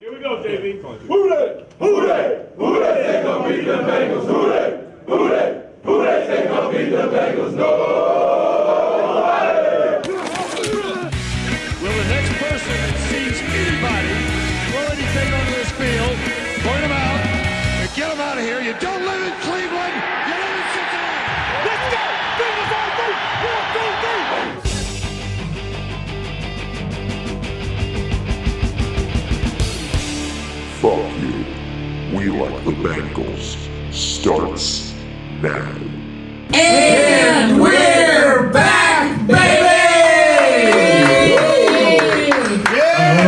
we go, JV. Who they? Who they? Who they say gonna beat the Bengals? Who they? Who they? Who they say gonna beat the Bengals? Nobody. Will the next person that sees anybody throw anything onto this field, point them out, and get them out of here? You don't live in Cleveland. You live in Cincinnati. Let's go! Bengals on three. One, two, three. Fuck you. We like the Bengals. Starts now. And we're back, baby!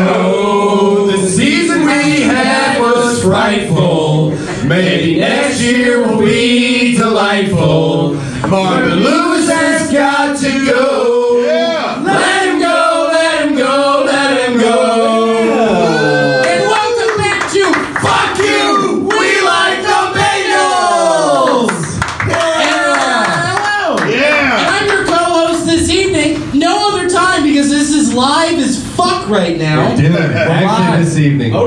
Oh, the season we had was frightful. Maybe next year will be delightful. Marvin Lewis has got to go. Let him go, let him go, let him go. And welcome back to Fuck you! We like the Bengals! Hello! And I'm your co-host this evening. No other time because this is live as fuck right now. Actually, this evening. The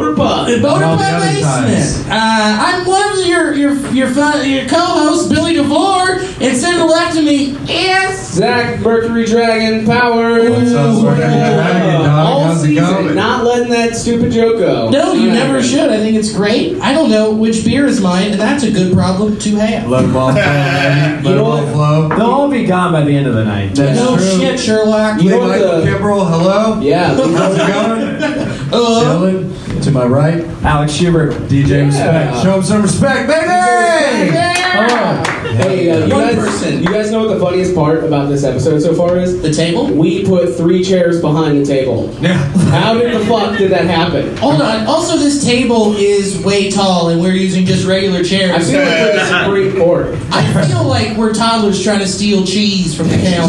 Boner All the Pie other times. Basement. Uh, I'm one of your your your, fun, your co-hosts, Billy DeVore, and sitting left to me is Zach Mercury Dragon Powers. What's up, Mercury Dragon, dog? All How's it season, going? not letting that stupid joke go. No, you never should. I think it's great. I don't know which beer is mine, and that's a good problem to have. Let them all flow. Let them all flow. They'll all be gone by the end of the night. That's no true. shit, Sherlock. You know what Michael the- Kimbrell, hello. Yeah. How's it going? Uh, Dylan, to my right, Alex Schubert. DJ Yeah. Respect. Show him some respect, baby! yeah. Hey, uh, you, One guys, person. you guys know what the funniest part about this episode so far is? The table? We put three chairs behind the table. Yeah. How did the fuck did that happen? Hold on. Also, this table is way tall, and we're using just regular I chairs. feel like we're the Supreme Court. I feel like we're toddlers trying to steal cheese from the cow.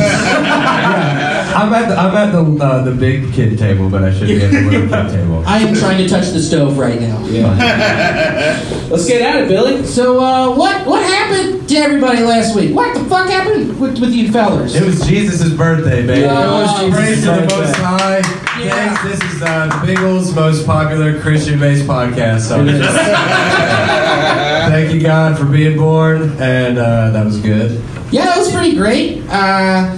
I'm at the I'm at the uh, the big kid table, but I should be at the little kid table. I am trying to touch the stove right now. Let's get at it, Billy. So uh, what what happened to everybody last week? What the fuck happened with, with you fellers? It was Jesus' birthday, baby. Yeah, it was Praise Jesus' to the birthday. Most High. Yeah. Thanks. This is uh, the Biggles' most popular Christian-based podcast. So thank you, God, for being born, and uh, that was good. yeah, that was pretty great. Uh,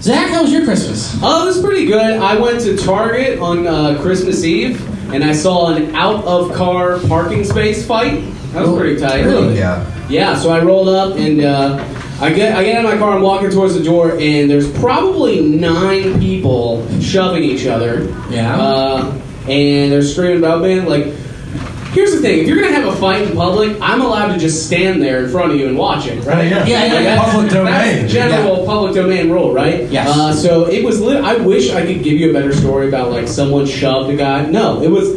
Zach, how was your Christmas? Oh, it was pretty good. I went to Target on uh, Christmas Eve and I saw an out of car parking space fight. That was pretty tight. really? Yeah. Yeah, so I rolled up and uh, I get I get out of my car. I'm walking towards the door, and there's probably nine people shoving each other. Yeah. Uh, and they're screaming about man like. Here's the thing: if you're gonna have a fight in public, I'm allowed to just stand there in front of you and watch it, right? Yeah, yeah, yeah. Like, that's- Public domain. That's general public domain rule, right? Yes. Uh, so it was. Lit- I wish I could give you a better story about like someone shoved a guy. No, it was.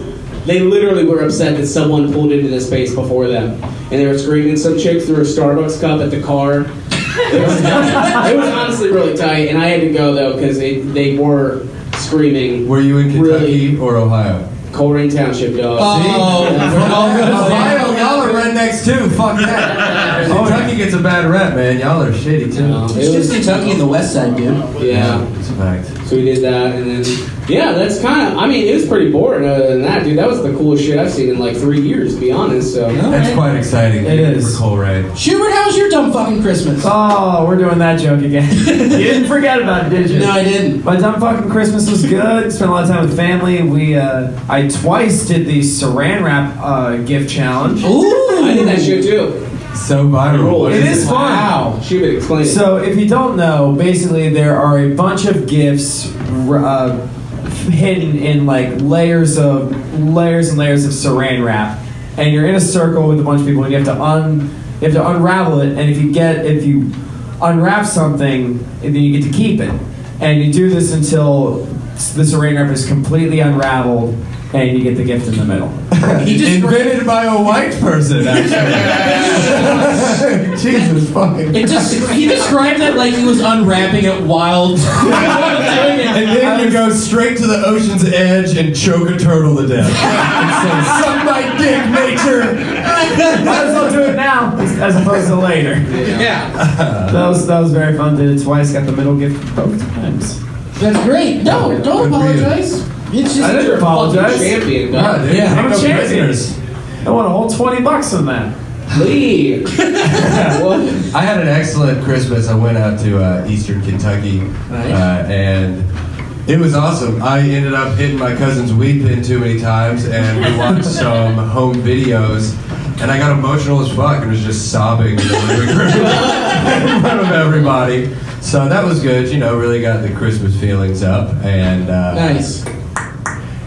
They literally were upset that someone pulled into the space before them, and they were screaming. Some chick threw a Starbucks cup at the car. It was, it was honestly really tight, and I had to go though because they, they were screaming. Were you in Kentucky Really? or Ohio? Coleraine Township dog? Oh, Ohio, y'all are rednecks too. Fuck that. Kentucky gets a bad rep, man. Y'all are shitty too. No, it It's was- just Kentucky and the West Side, dude. Yeah. It's a fact. So we did that, and then yeah, that's kind of. I mean, it was pretty boring. Other than that, dude, that was the coolest shit I've seen in like three years, to be honest. So That's quite exciting. It is. for Colerain. Schubert, how was your dumb fucking Christmas? Oh, we're doing that joke again. you didn't forget about it, did you? No, I didn't. My dumb fucking Christmas was good. Spent a lot of time with family. We, uh, I twice did the saran wrap uh, gift challenge. Ooh, I did that shit too. So viral. Cool. What It is is it? fun. Wow. She would explain it. So, if you don't know, basically there are a bunch of gifts r- uh, hidden in like layers of layers and layers of Saran wrap, and you're in a circle with a bunch of people, and you have to un you have to unravel it, and if you get if you unwrap something, then you get to keep it, and you do this until the Saran wrap is completely unraveled, and you get the gift in the middle. He just Invented by a white person, actually. Jesus fucking. It just he described that like he was unwrapping it while And then you go straight to the ocean's edge and choke a turtle to death. and say, Suck my dick, nature! Might as well do it now as opposed to later. Yeah. That was that was very fun. Did it twice. Got the middle gift both times. That's great. No, don't Good read. apologize. It's just I never apologize. champion, Yeah, dog. dude, Yeah, I'm pick a up champion. prisoners. I want a whole 20 bucks on that. Lee. What? I had an excellent Christmas. I went out to uh, Eastern Kentucky, uh, and it was awesome. I ended up hitting my cousin's weed pin too many times, and we watched some home videos. And I got emotional as fuck and was just sobbing in the living room in front of everybody. So that was good, you know, really got the Christmas feelings up. And uh, nice.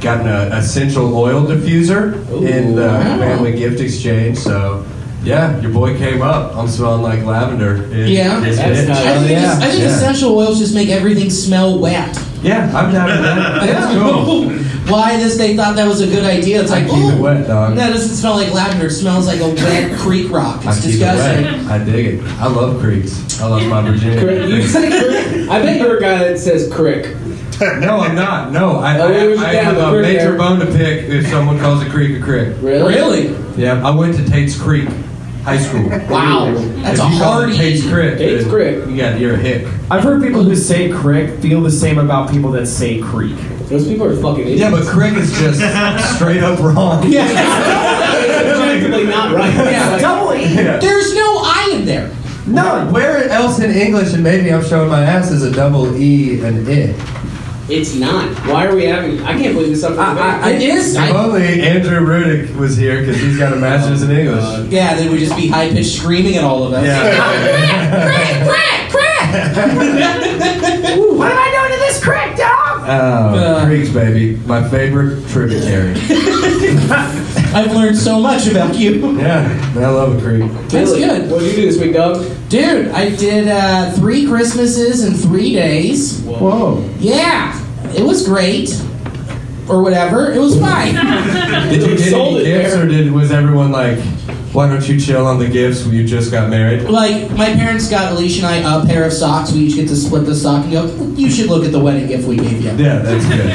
Got an uh, essential oil diffuser in the Ooh. family gift exchange. So, yeah, your boy came up. I'm smelling like lavender. It- Yeah. it's That's it. nice. I think, yeah. just- I think Uh, Yeah. essential oils just make everything smell wet. Yeah, I'm down with that. That's cool. Why this? They thought that was a good idea. It's like, Keep it oh, wet, dog. that doesn't smell like lavender. It smells like a wet creek rock. I It's keep it wet. disgusting. I dig it. I love creeks. I love my Crick. You Virginia. said crick. I bet you're a guy that says crick. no, I'm not. No, I, Oh, I, it was I down have the a creek major there. bone to pick if someone calls a creek a creek. Really? Really? Yeah, I went to Tate's Creek High School. Wow. That's if a you call hard it Tate's Creek. Tate's then Creek. You got, you're a hick. I've heard people who say crick feel the same about people that say creek. Those people are fucking idiots. Yeah, but Crick is just straight up wrong. Objectively not right. Yeah. Double E? Yeah. There's no I in there. No, where else in English, and maybe I'm showing my ass, is a double E and it? It's not. Why are we having? I can't believe this up for I- I- It is. If I, only Andrew Rudick was here because he's got a master's in English. yeah, they would just be high pitched screaming at all of us. Yeah. What am I doing to this crick, dog? Uh, Oh, Creeks, baby. My favorite tributary. I've learned so much about you. Yeah, I love a creek. That's good. What did you do this week, Doug? Dude, I did uh, three Christmases in three days. Whoa. Yeah, it was great. Or whatever. It was fine. Did you get Sold any it gifts, there. or did, was everyone like, why don't you chill on the gifts when you just got married? like, my parents got Alicia and I a pair of socks. We each get to split the sock and go, you should look at the wedding gift we gave you. Yeah, that's good.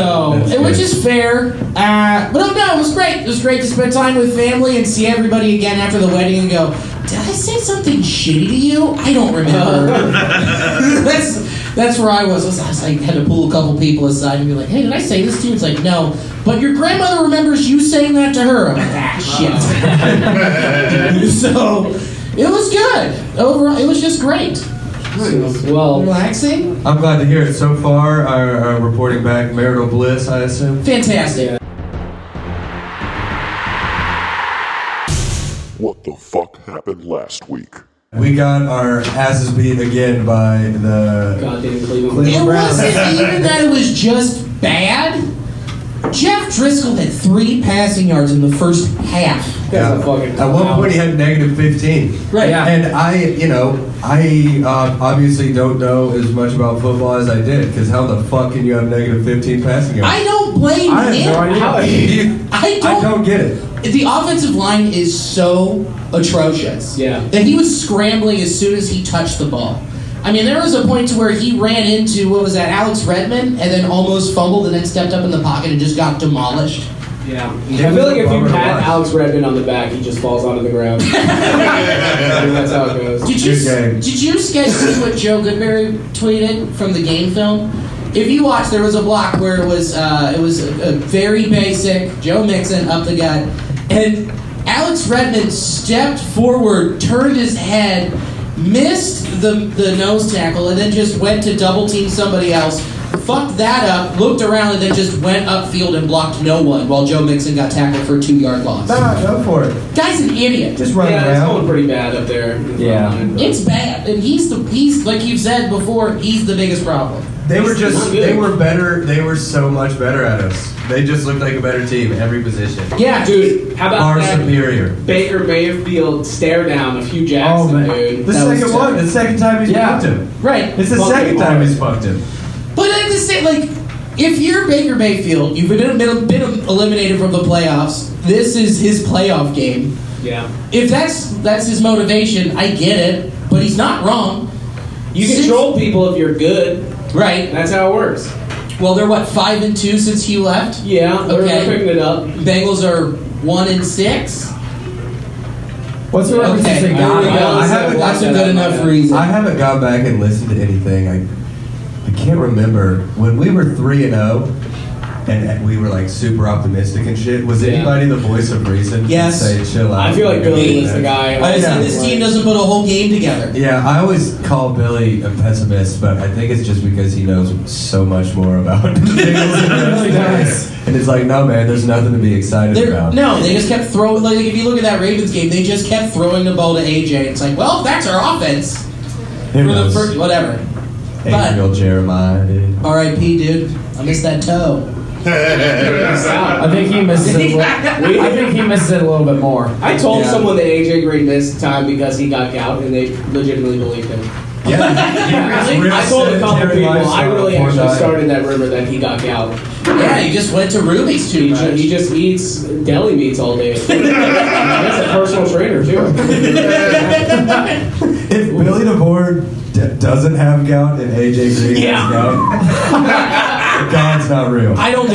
So, That's and which good. is fair. Uh, but oh no, it was great. It was great to spend time with family and see everybody again after the wedding and go, did I say something shitty to you? I don't remember. that's that's where I was. I was, I was like, had to pull a couple people aside and be like, hey, did I say this to you? It's like, no. But your grandmother remembers you saying that to her. I'm like, ah, shit. so, it was good. Overall, it was just great. Well, Relaxing? I'm glad to hear it. So far, our, our reporting back marital bliss, I assume. Fantastic. What the fuck happened last week? We got our asses beat again by the. goddamn Cleveland. It wasn't even that it was just bad. Jeff Driscoll had three passing yards in the first half. That's a fucking. At one point, he had negative 15. Right. Yeah. And I, you know, I uh, obviously don't know as much about football as I did, because how the fuck can you have negative 15 passing yards? I don't blame I him. have no idea. How- You- I I don't, don't get it. The offensive line is so atrocious. Yeah. That he was scrambling as soon as he touched the ball. I mean, there was a point to where he ran into what was that Alex Redmond, and then almost fumbled, and then stepped up in the pocket and just got demolished. Yeah. I feel like if you pat Alex Redmond on the back, he just falls onto the ground. that's how it goes. Did you Good game. did you guys see what Joe Goodberry tweeted from the game film? If you watch, there was a block where it was uh, it was a, a very basic Joe Mixon up the gut, and Alex Redmond stepped forward, turned his head, missed the the nose tackle, and then just went to double team somebody else. Fucked that up, looked around, and then just went upfield and blocked no one while Joe Mixon got tackled for a two yard loss. Nah, go for it. Guy's an idiot. Just run yeah, it's going around. pretty bad up there. Yeah. It's bad, and he's the he's like you've said before. He's the biggest problem. They were It's just, not good. they were better, they were so much better at us. They just looked like a better team, every position. Yeah, Dude, how about Far that superior. Baker Mayfield stare down of Hugh Oh, Jackson, man. dude? The That was second one, terrible. the second time he's Yeah. fucked him. Right, It's the Fucking second time hard. he's fucked him. but at the same like, if you're Baker Mayfield, you've been, been, been eliminated from the playoffs. This is his playoff game. Yeah. If that's that's his motivation, I get it. But he's not wrong. You Six- control people if you're good. Right. That's how it works. Well, they're what five and two since he left. Yeah, we're Okay. we're picking it up. Bengals are one and six. What's the reference Okay, to I, God? don't know. I haven't- that's a good enough I reason. haven't gone back and listened to anything. I I can't remember when we were three and zero. and we were like super optimistic and shit. Was Yeah. anybody the voice of reason? to Yes. Say chill out. I feel like Billy Me. was the guy. I like, said Yeah. this team doesn't put a whole game together. Yeah, I always call Billy a pessimist, but I think it's just because he knows so much more about things. and it's like, no, man, there's nothing to be excited They're, about. no, they just kept throwing. Like if you look at that Ravens game, they just kept throwing the ball to AJ. It's like, well, that's our offense Who for the knows? first whatever. Eight-year-old Jeremiah, dude. R.I.P. Dude, I missed that toe. I think he missed it. A little, I think he missed it a little bit more. I told Yeah. someone that AJ Green missed time because he got gout, and they legitimately believed him. Yeah, Really? I told a couple sedentary people. I lifestyle, really uh, poor actually diet. started that rumor that he got gout. Yeah, he just went to Ruby's too He, much. ju- he just eats deli meats all day. He's a personal trainer too. If Billy DeBoer d- doesn't have gout and AJ Green Yeah. has gout, God's not real. I don't know.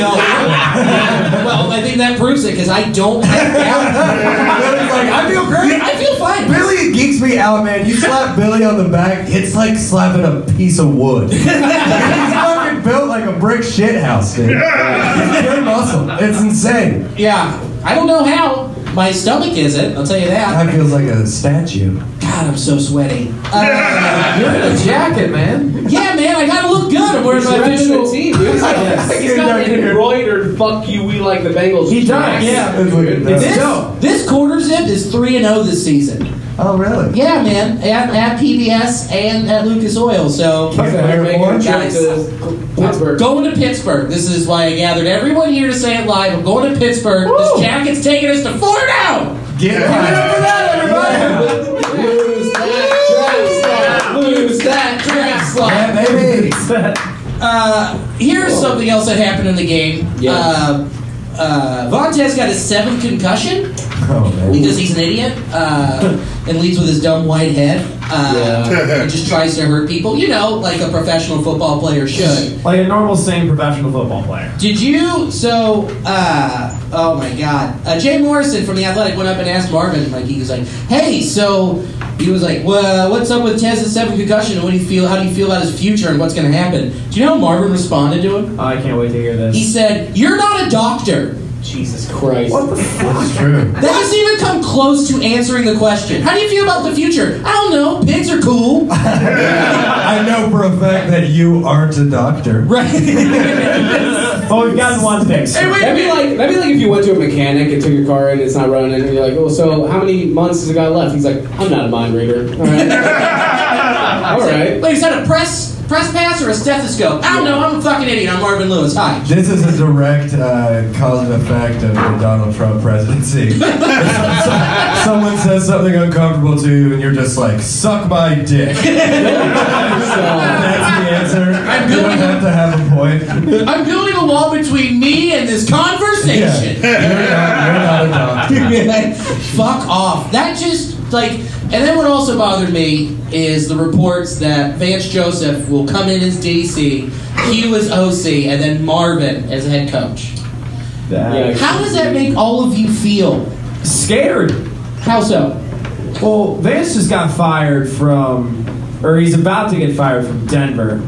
well, I think that proves it because I don't have gout. Billy's like, I feel great. I feel fine. Billy geeks me out, man. You slap Billy on the back, it's like slapping a piece of wood. He's fucking built like a brick shit house, dude. He's pure muscle. It's insane. Yeah, I don't know how. My stomach isn't. I'll tell you that. That feels like a statue. God, I'm so sweaty. Uh, You're in a jacket, man. yeah, man, I gotta look good. I'm wearing He's my repping the official team. Dude. He's got, he's got an embroidered "fuck you, we like the Bengals." He does. jacket. Yeah. It's like a- This, this quarter zip is 3 and 0 this season. Oh, really? Yeah, man. At, at PBS and at Lucas Oil. So Can't wear They're making a orange. trip to Pittsburgh. going to Pittsburgh. This is why I gathered everyone here to say it live. I'm going to Pittsburgh. This jacket's taking us to four now. Get it for that, everybody! Lose that dress, Lose that draft slot. Yeah, baby! Uh, here's something else that happened in the game. Yeah. Uh, uh, Vontez got his seventh concussion Oh, man. because he's an idiot uh, and leads with his dumb white head. Uh, and just tries to hurt people, you know, like a professional football player should. Like a normal, sane professional football player. Did you? So, uh, oh my God, uh, Jay Morrison from the Athletic went up and asked Marvin. Like he was like, "Hey, so." He was like, well, what's up with Tez's seven concussion? What do you feel? How do you feel about his future and what's going to happen? Do you know how Marvin responded to him? I can't wait to hear this. He said, "You're not a doctor." Jesus Christ. That's true. That doesn't even come close to answering the question. How do you feel about the future? I don't know. Pigs are cool, I know for a fact that you aren't a doctor. right? Well, we've gotten one fix. Hey, wait a That'd be minute. like that'd be like if you went to a mechanic and took your car in and it's not running and you're like, oh, so how many months has the guy left? He's like, I'm not a mind reader. All right. All right. Wait, is that a press press pass or a stethoscope? I don't know. I'm a fucking idiot. I'm Marvin Lewis. Hi. This is a direct uh, cause and effect of the Donald Trump presidency. Someone says something uncomfortable to you, and you're just like, "Suck my dick." So, That's the answer. I'm You don't doing- have to have a point. I'm building a wall between me and this Yeah. conversation. You're, not, you're not a doctor. Like, Fuck off. That just like, and then what also bothered me is the reports that Vance Joseph will come in as DC, Hugh as OC, and then Marvin as head coach. yeah. How does that make all of you feel? Scared. How so? Well, Vance just got fired from, or he's about to get fired from Denver.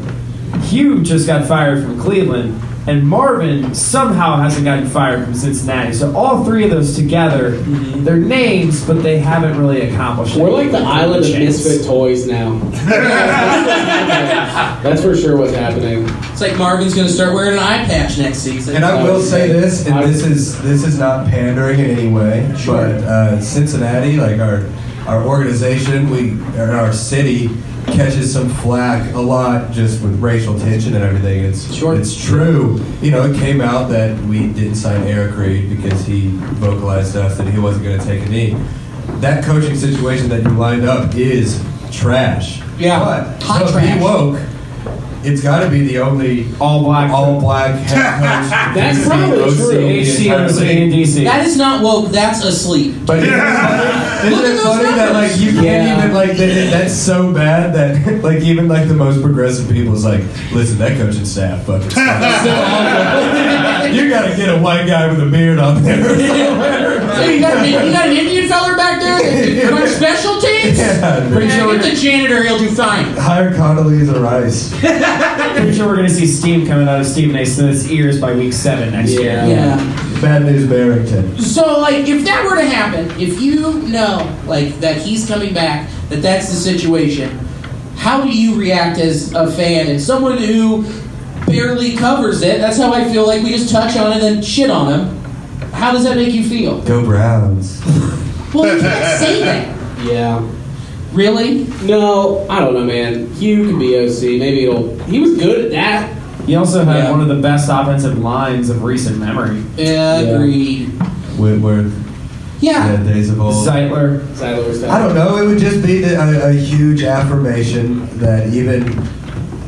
Hugh just got fired from Cleveland, and Marvin somehow hasn't gotten fired from Cincinnati. So all three of those together, they're names, but they haven't really accomplished. Mm-hmm. We're anything. like the island of Chance. misfit toys now. That's for sure what's happening. It's like Marvin's gonna start wearing an eye patch next season. And I will say this, and this is this is not pandering in any way, but uh, Cincinnati, like our our organization, we or our city catches some flack a lot just with racial tension and everything. It's Sure. it's true. You know, it came out that we didn't sign Eric Reed because he vocalized to us that he wasn't going to take a knee. That coaching situation that you lined up is trash. Yeah. but Hot so trash. be woke. It's got to be the only all black. all black head coach. That's DC, probably OC, true. HC entire was league. in DC. that is not woke. That's asleep. But isn't it funny, Look isn't at it those funny that numbers. like you can't Yeah. even like that, that- that's so bad that like even like the most progressive people is like listen that coaching staff fucking sucks." you gotta get a white guy with a beard on there. So you got, an, you got an Indian feller back there that runs special teams? Yeah, Bring pretty him sure. in the janitor, he'll do fine. Hire Condoleezza Rice. Pretty sure we're gonna see steam coming out of Stephen A. Smith's ears by week seven next year. Yeah. Bad News Barrington. So, like, if that were to happen, if you know, like, that he's coming back, that that's the situation, how do you react as a fan and someone who barely covers it? That's how I feel like we just touch on it and shit on him. How does that make you feel? Go Browns. Well, you can't say that. Yeah. Really? No, I don't know, man. Hugh could be OC. Maybe it'll. He was good at that. He also had Yeah. one of the best offensive lines of recent memory. Agreed. Whitworth. Yeah. Dead Days of Old. Zeitler. Sadler was I don't know. It would just be the- a, a huge affirmation that even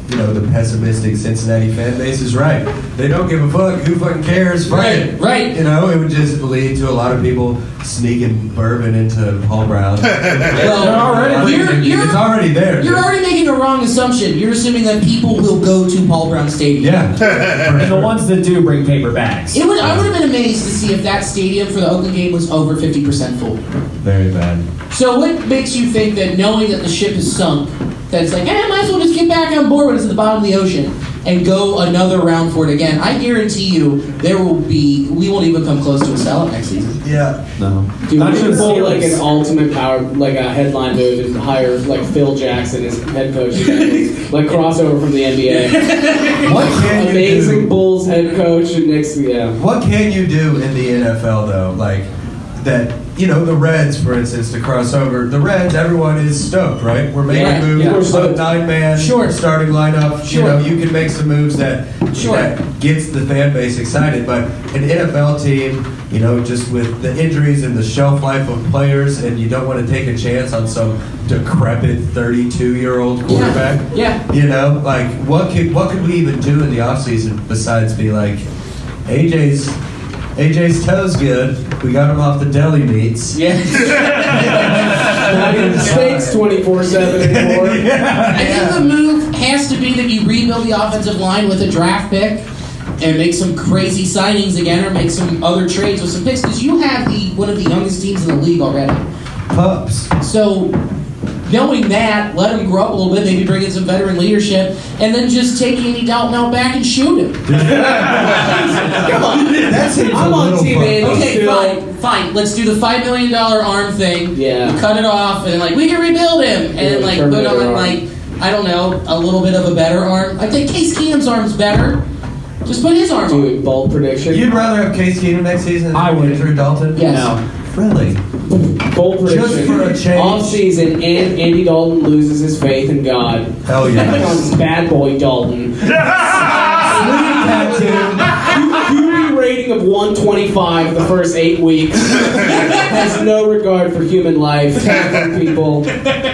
you know the pessimistic Cincinnati fan base is right. They don't give a fuck. Who fucking cares? Fuck Right, it. right. You know, it would just lead to a lot of people sneaking bourbon into Paul Brown. Well, already- you're, you're, it's already there. you're already making a wrong assumption. You're assuming that people will go to Paul Brown Stadium. yeah. For And the sure. ones that do bring paper bags. It would, I would have been amazed to see if that stadium for the Oakland game was over 50% full. Very bad. So what makes you think that knowing that the ship is sunk, that it's like, eh, might as well just get back on board when it's at the bottom of the ocean and go another round for it again? I guarantee you there will be, we won't even come close to a sellout next season. Yeah. No. Dude, Not we sure should pull like Steelers. an ultimate power, like a headline move, and hire like Phil Jackson as head coach. like crossover from the NBA. What can you Amazing do? Bulls head coach and next, yeah. What can you do in the NFL though? Like that, you know, the Reds, for instance, to cross over. The Reds, everyone is stoked, right? We're making Yeah, moves. yeah. We're stoked. Nine man Sure. starting lineup. Sure. You know, you can make some moves that Sure. that gets the fan base excited. But an NFL team, you know, just with the injuries and the shelf life of players, and you don't want to take a chance on some decrepit 32 year old quarterback. Yeah. You know, like what could what could we even do in the offseason besides be like, AJ's AJ's toes good. We got him off the deli meats. Yeah. Steaks twenty four seven anymore. I think the move has to be that you rebuild the offensive line with a draft pick and make some crazy signings again or make some other trades with some picks because you have the one of the youngest teams in the league already. Pups. So, knowing that, let him grow up a little bit, maybe bring in some veteran leadership, and then just take Andy Dalton out back and shoot him. Come on. That seems I'm a on little team fun. Andy. Okay, Still- fine, fine. Let's do the five million dollar arm thing. Yeah. We cut it off, and then like we can rebuild him, and then Yeah, like turn put better on arm. like I don't know a little bit of a better arm. I think Case Keenum's arm's better. Just put his arm on. Dude, bold prediction. You'd rather have Case Keenum next season than I would. Drew Dalton? Yes. Really? bold prediction. Just for a change. Off season, and Andy Dalton loses his faith in God. Hell Becomes yes. bad boy Dalton. Tattoo. QB rating of 125 the first eight weeks. Has no regard for human life, for people.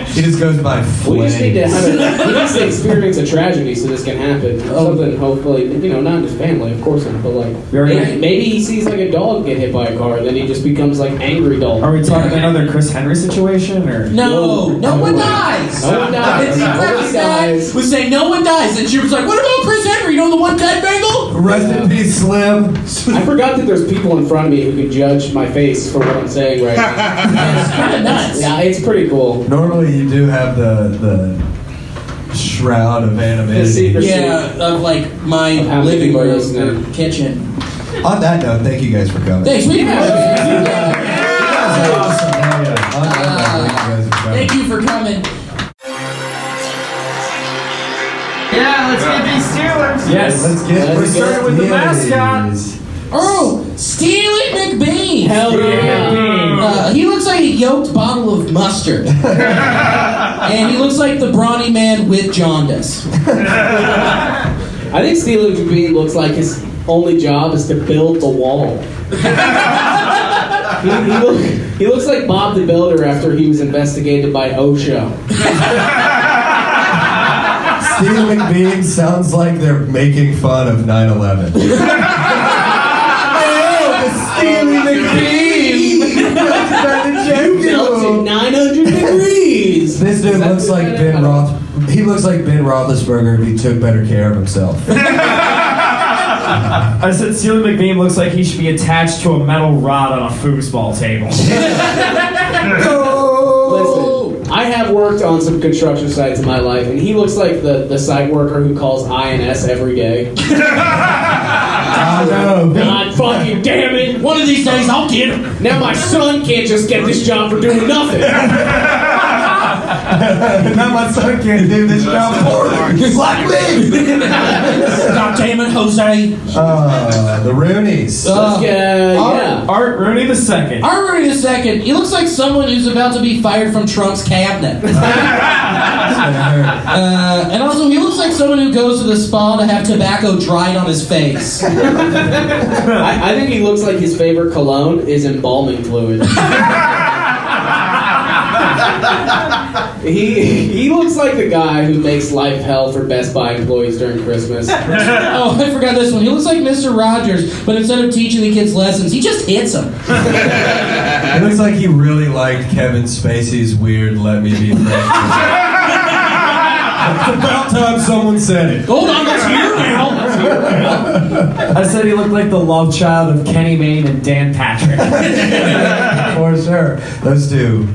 He just goes by We flames. just need to have a, we need to experience a tragedy so this can happen. Something hopefully, you know, not in his family, of course, not, but like Very- maybe, maybe he sees like a dog get hit by a car, and then he just becomes like angry dog. Are we talking another Chris Henry situation or? No, no one dies. No one Lindsey dies. No one Crabtree dies. was saying no one dies, and she was like, "What about Chris Henry? You know the one dead Bengal?" Rest in peace, Slim. I forgot that there's people in front of me who can judge my face for what I'm saying right now. It's kind of nuts. yeah, it's pretty cool. Normally, you do have the the shroud of The anonymity. secret- Yeah, of like my Of how many living people are room listening. or kitchen. On that note, thank you guys for coming. Thanks, we Awesome. Hell yeah. On that note, thank you guys for Thank coming. you for coming. Yeah, let's get these Steelers. Yes. Let's get. Let's we're get starting with the Steelers. mascot. Oh, Steely McBean. Hell Uh, he looks like a yoked bottle of mustard. and he looks like the brawny man with jaundice. I think Steeler Bean looks like his only job is to build the wall. he, he look- he looks like Bob the Builder after he was investigated by OSHA. Steve McBean sounds like they're making fun of 9/11. oh, Steely McBean. Built to 900 degrees! This dude that looks who like said it? Ben Roth. He looks like Ben Roethlisberger if he took better care of himself. I said Steely McBeam looks like he should be attached to a metal rod on a foosball table. Listen, I have worked on some construction sites in my life, and he looks like the, the site worker who calls INS every day. God fucking damn it! One of these days I'll get him. Now my son can't just get this job for doing nothing. Now my son can't do this job for me. He's like me. God damn it, Jose. Uh, the Roonies. Uh, Let's get- yeah. Art, Art Rooney the second. Armory in a second. He looks like someone who's about to be fired from Trump's cabinet. Uh, and also, he looks like someone who goes to the spa to have tobacco dried on his face. I, I think he looks like his favorite cologne is embalming fluid. he he looks like the guy who makes life hell for Best Buy employees during Christmas. Oh, I forgot this one. He looks like Mr. Rogers, but instead of teaching the kids lessons, he just hits them. It looks like he really liked Kevin Spacey's weird "Let Me Be Frank." it's about time someone said it. Hold on, that's here now. I said he looked like the love child of Kenny Mayne and Dan Patrick. For sure. Those two.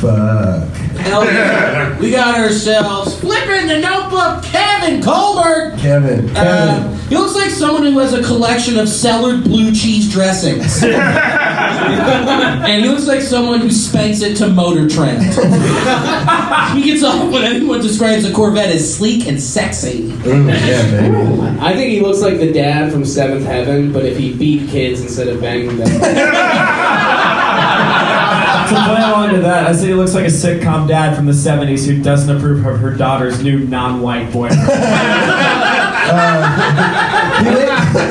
Fuck. Hell yeah. We got ourselves flipping the notebook, Kevin Colbert. Kevin. Kevin. Uh, he looks like someone who has a collection of cellared blue cheese dressings. and he looks like someone who spanks it to Motor Trend. he gets off when anyone describes a Corvette as sleek and sexy. Ooh, yeah, baby. I think he looks like the dad from Seventh Heaven, but if he beat kids instead of banging them. to play along to that, I said he looks like a sitcom dad from the 70s who doesn't approve of her daughter's new non-white boyfriend. that,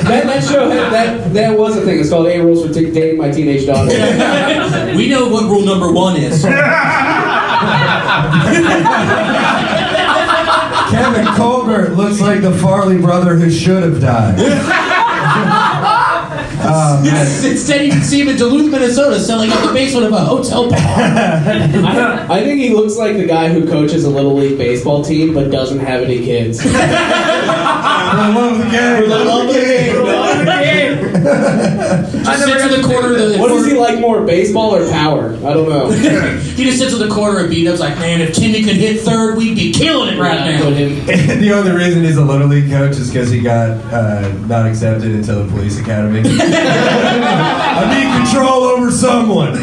that show had, that that was a thing. It's called A Rules for T- Dating My Teenage Daughter. We know what rule number one is. Kevin Colbert looks like the Farley brother who should have died. Oh, man. Instead, you can see him in Duluth, Minnesota, selling out the basement of a hotel bar. I think he looks like the guy who coaches a little league baseball team but doesn't have any kids. I love the game. Just sits in the corner. Of the, What does he like more, baseball or power? I don't know. He just sits in the corner and beat up's like, man, if Timmy could hit third, we'd be killing it right Put now. him- the only reason he's a little league coach is because he got uh, not accepted into the police academy. I need control over someone.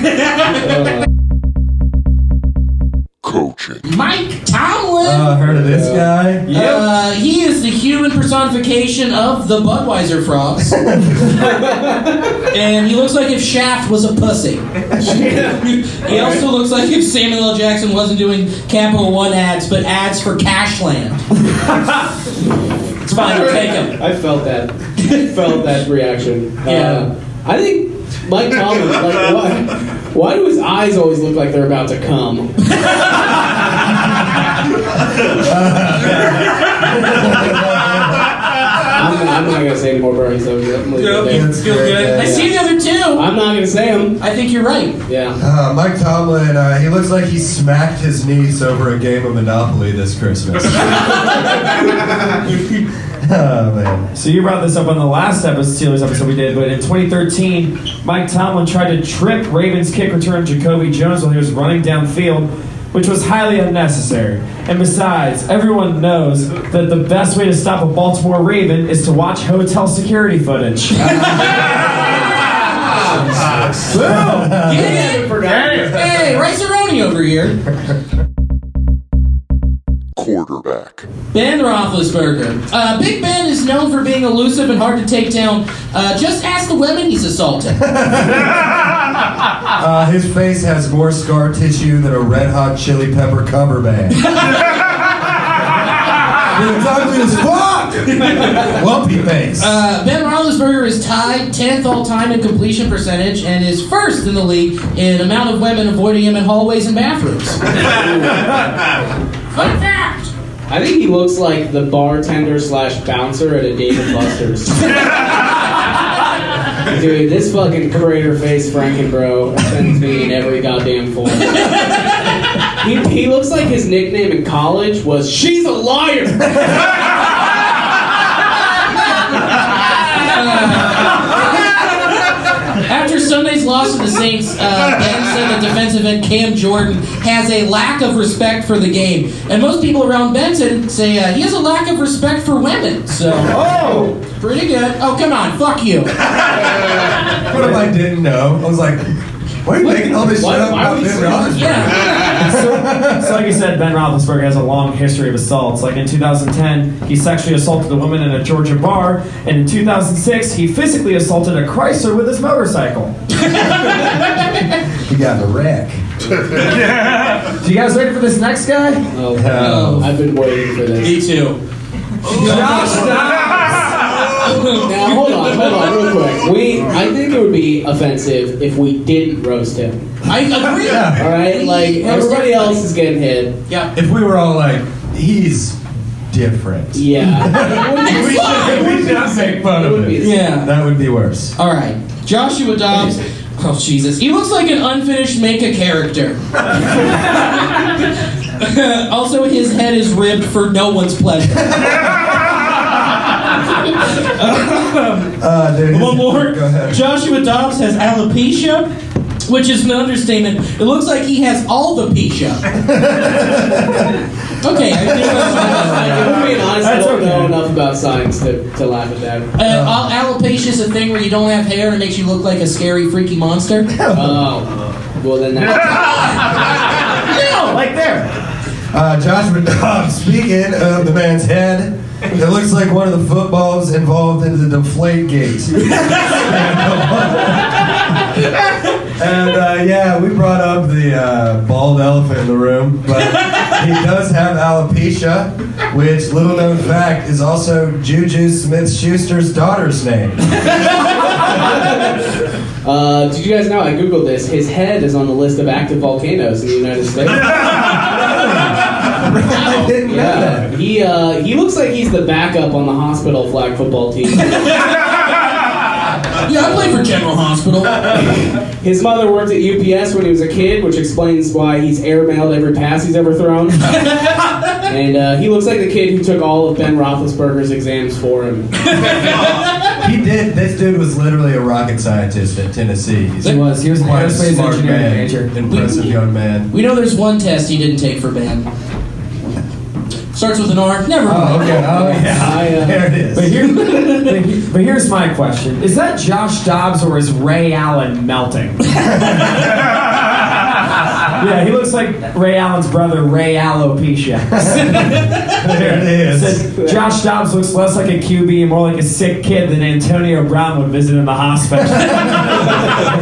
Coaching. Mike Tomlin. Uh, heard of this guy? Uh, he is the human personification of the Budweiser frogs. and he looks like if Shaft was a pussy. he also looks like if Samuel L. Jackson wasn't doing Capital One ads, but ads for Cashland. it's fine, we'll take him. I felt that. felt that reaction. Yeah. Uh, I think Mike Tomlin, like, why, why do his eyes always look like they're about to come? I'm, I'm not gonna say any more Bernie, so I'm gonna leave it there. I see the other two. I'm not gonna say him. I think you're right. Yeah. Uh, Mike Tomlin, uh, he looks like he smacked his niece over a game of Monopoly this Christmas. oh, man. so you brought this up on the last episode, Steelers episode we did, but in 2013, Mike Tomlin tried to trip Ravens kick return Jacoby Jones while he was running downfield, which was highly unnecessary. And besides, everyone knows that the best way to stop a Baltimore Raven is to watch hotel security footage. Get it? Hey, Rice over here. Quarterback. Ben Roethlisberger. Uh, Big Ben is known for being elusive and hard to take down. Uh, just ask the women he's assaulted. Uh, his face has more scar tissue than a red hot chili pepper cover band. It's ugly as fuck! Lumpy face. Uh, ben Roethlisberger is tied 10th all time in completion percentage and is first in the league in amount of women avoiding him in hallways and bathrooms. Fun fact! I think he looks like the bartender slash bouncer at a Dave and Buster's. Dude, this fucking crater face Frankenbro sends me in every goddamn form. He, he looks like his nickname in college was She's a Liar! Uh, After Sunday's loss to the Saints, uh, Ben said that defensive end Cam Jordan has a lack of respect for the game. And most people around Benson say uh, he has a lack of respect for women. So, Oh! pretty good. Oh, come on, fuck you. What if I didn't know? I was like, why are you making all this shit why- up why about would you Ben say- Roethlisberger? Yeah. So, like you said, Ben Roethlisberger has a long history of assaults. Like in 2010, he sexually assaulted a woman in a Georgia bar, and in 2006, he physically assaulted a Chrysler with his motorcycle. He got in a wreck. Do you guys ready for this next guy? Oh, I've been waiting for Me this. too. Now hold on, hold on, real quick. We, I think it would be offensive if we didn't roast him. I agree. All right, like everybody else is getting hit. Yeah. If we were all like, he's different. Yeah, We should, we should not make fun of him. Yeah. That would be worse. All right. Joshua Dobbs. Oh Jesus! He looks like an unfinished make a character. also, his head is ribbed for no one's pleasure. Uh, dude, One more. Go ahead. Joshua Dobbs has alopecia, which is an understatement. It looks like he has all the pecia. okay. I think that's- if we're being honest, I That's don't know okay. enough about science to, to laugh at that. Uh, al- alopecia is a thing where you don't have hair and it makes you look like a scary, freaky monster. No. Oh, well then that. Like Oh, there. Uh, Joshua Dobbs, speaking of the man's head, it looks like one of the footballs involved in the deflate gate. and uh, yeah, we brought up the uh, bald elephant in the room, but he does have alopecia, which, little known fact, is also Juju Smith Schuster's daughter's name. Uh, did you guys know? I googled this. His head is on the list of active volcanoes in the United States. I didn't know Yeah, that. he uh, he looks like he's the backup on the hospital flag football team. Yeah, I play for General Hospital. His mother worked at UPS when he was a kid, which explains why he's airmailed every pass he's ever thrown. and uh, he looks like the kid who took all of Ben Roethlisberger's exams for him. He did. This dude was literally a rocket scientist at Tennessee. He's He was. He was an quite a aerospace smart engineering man, major. impressive young man. We know there's one test he didn't take for band. Starts with an R. Never mind. Oh, okay. Oh, yeah. I, uh, There it is. But, here, but here's my question: Is that Josh Dobbs or is Ray Allen melting? yeah, he looks like Ray Allen's brother, Ray Alopecia. there it is. Said, Josh Dobbs looks less like a QB and more like a sick kid than Antonio Brown would visit in the hospital.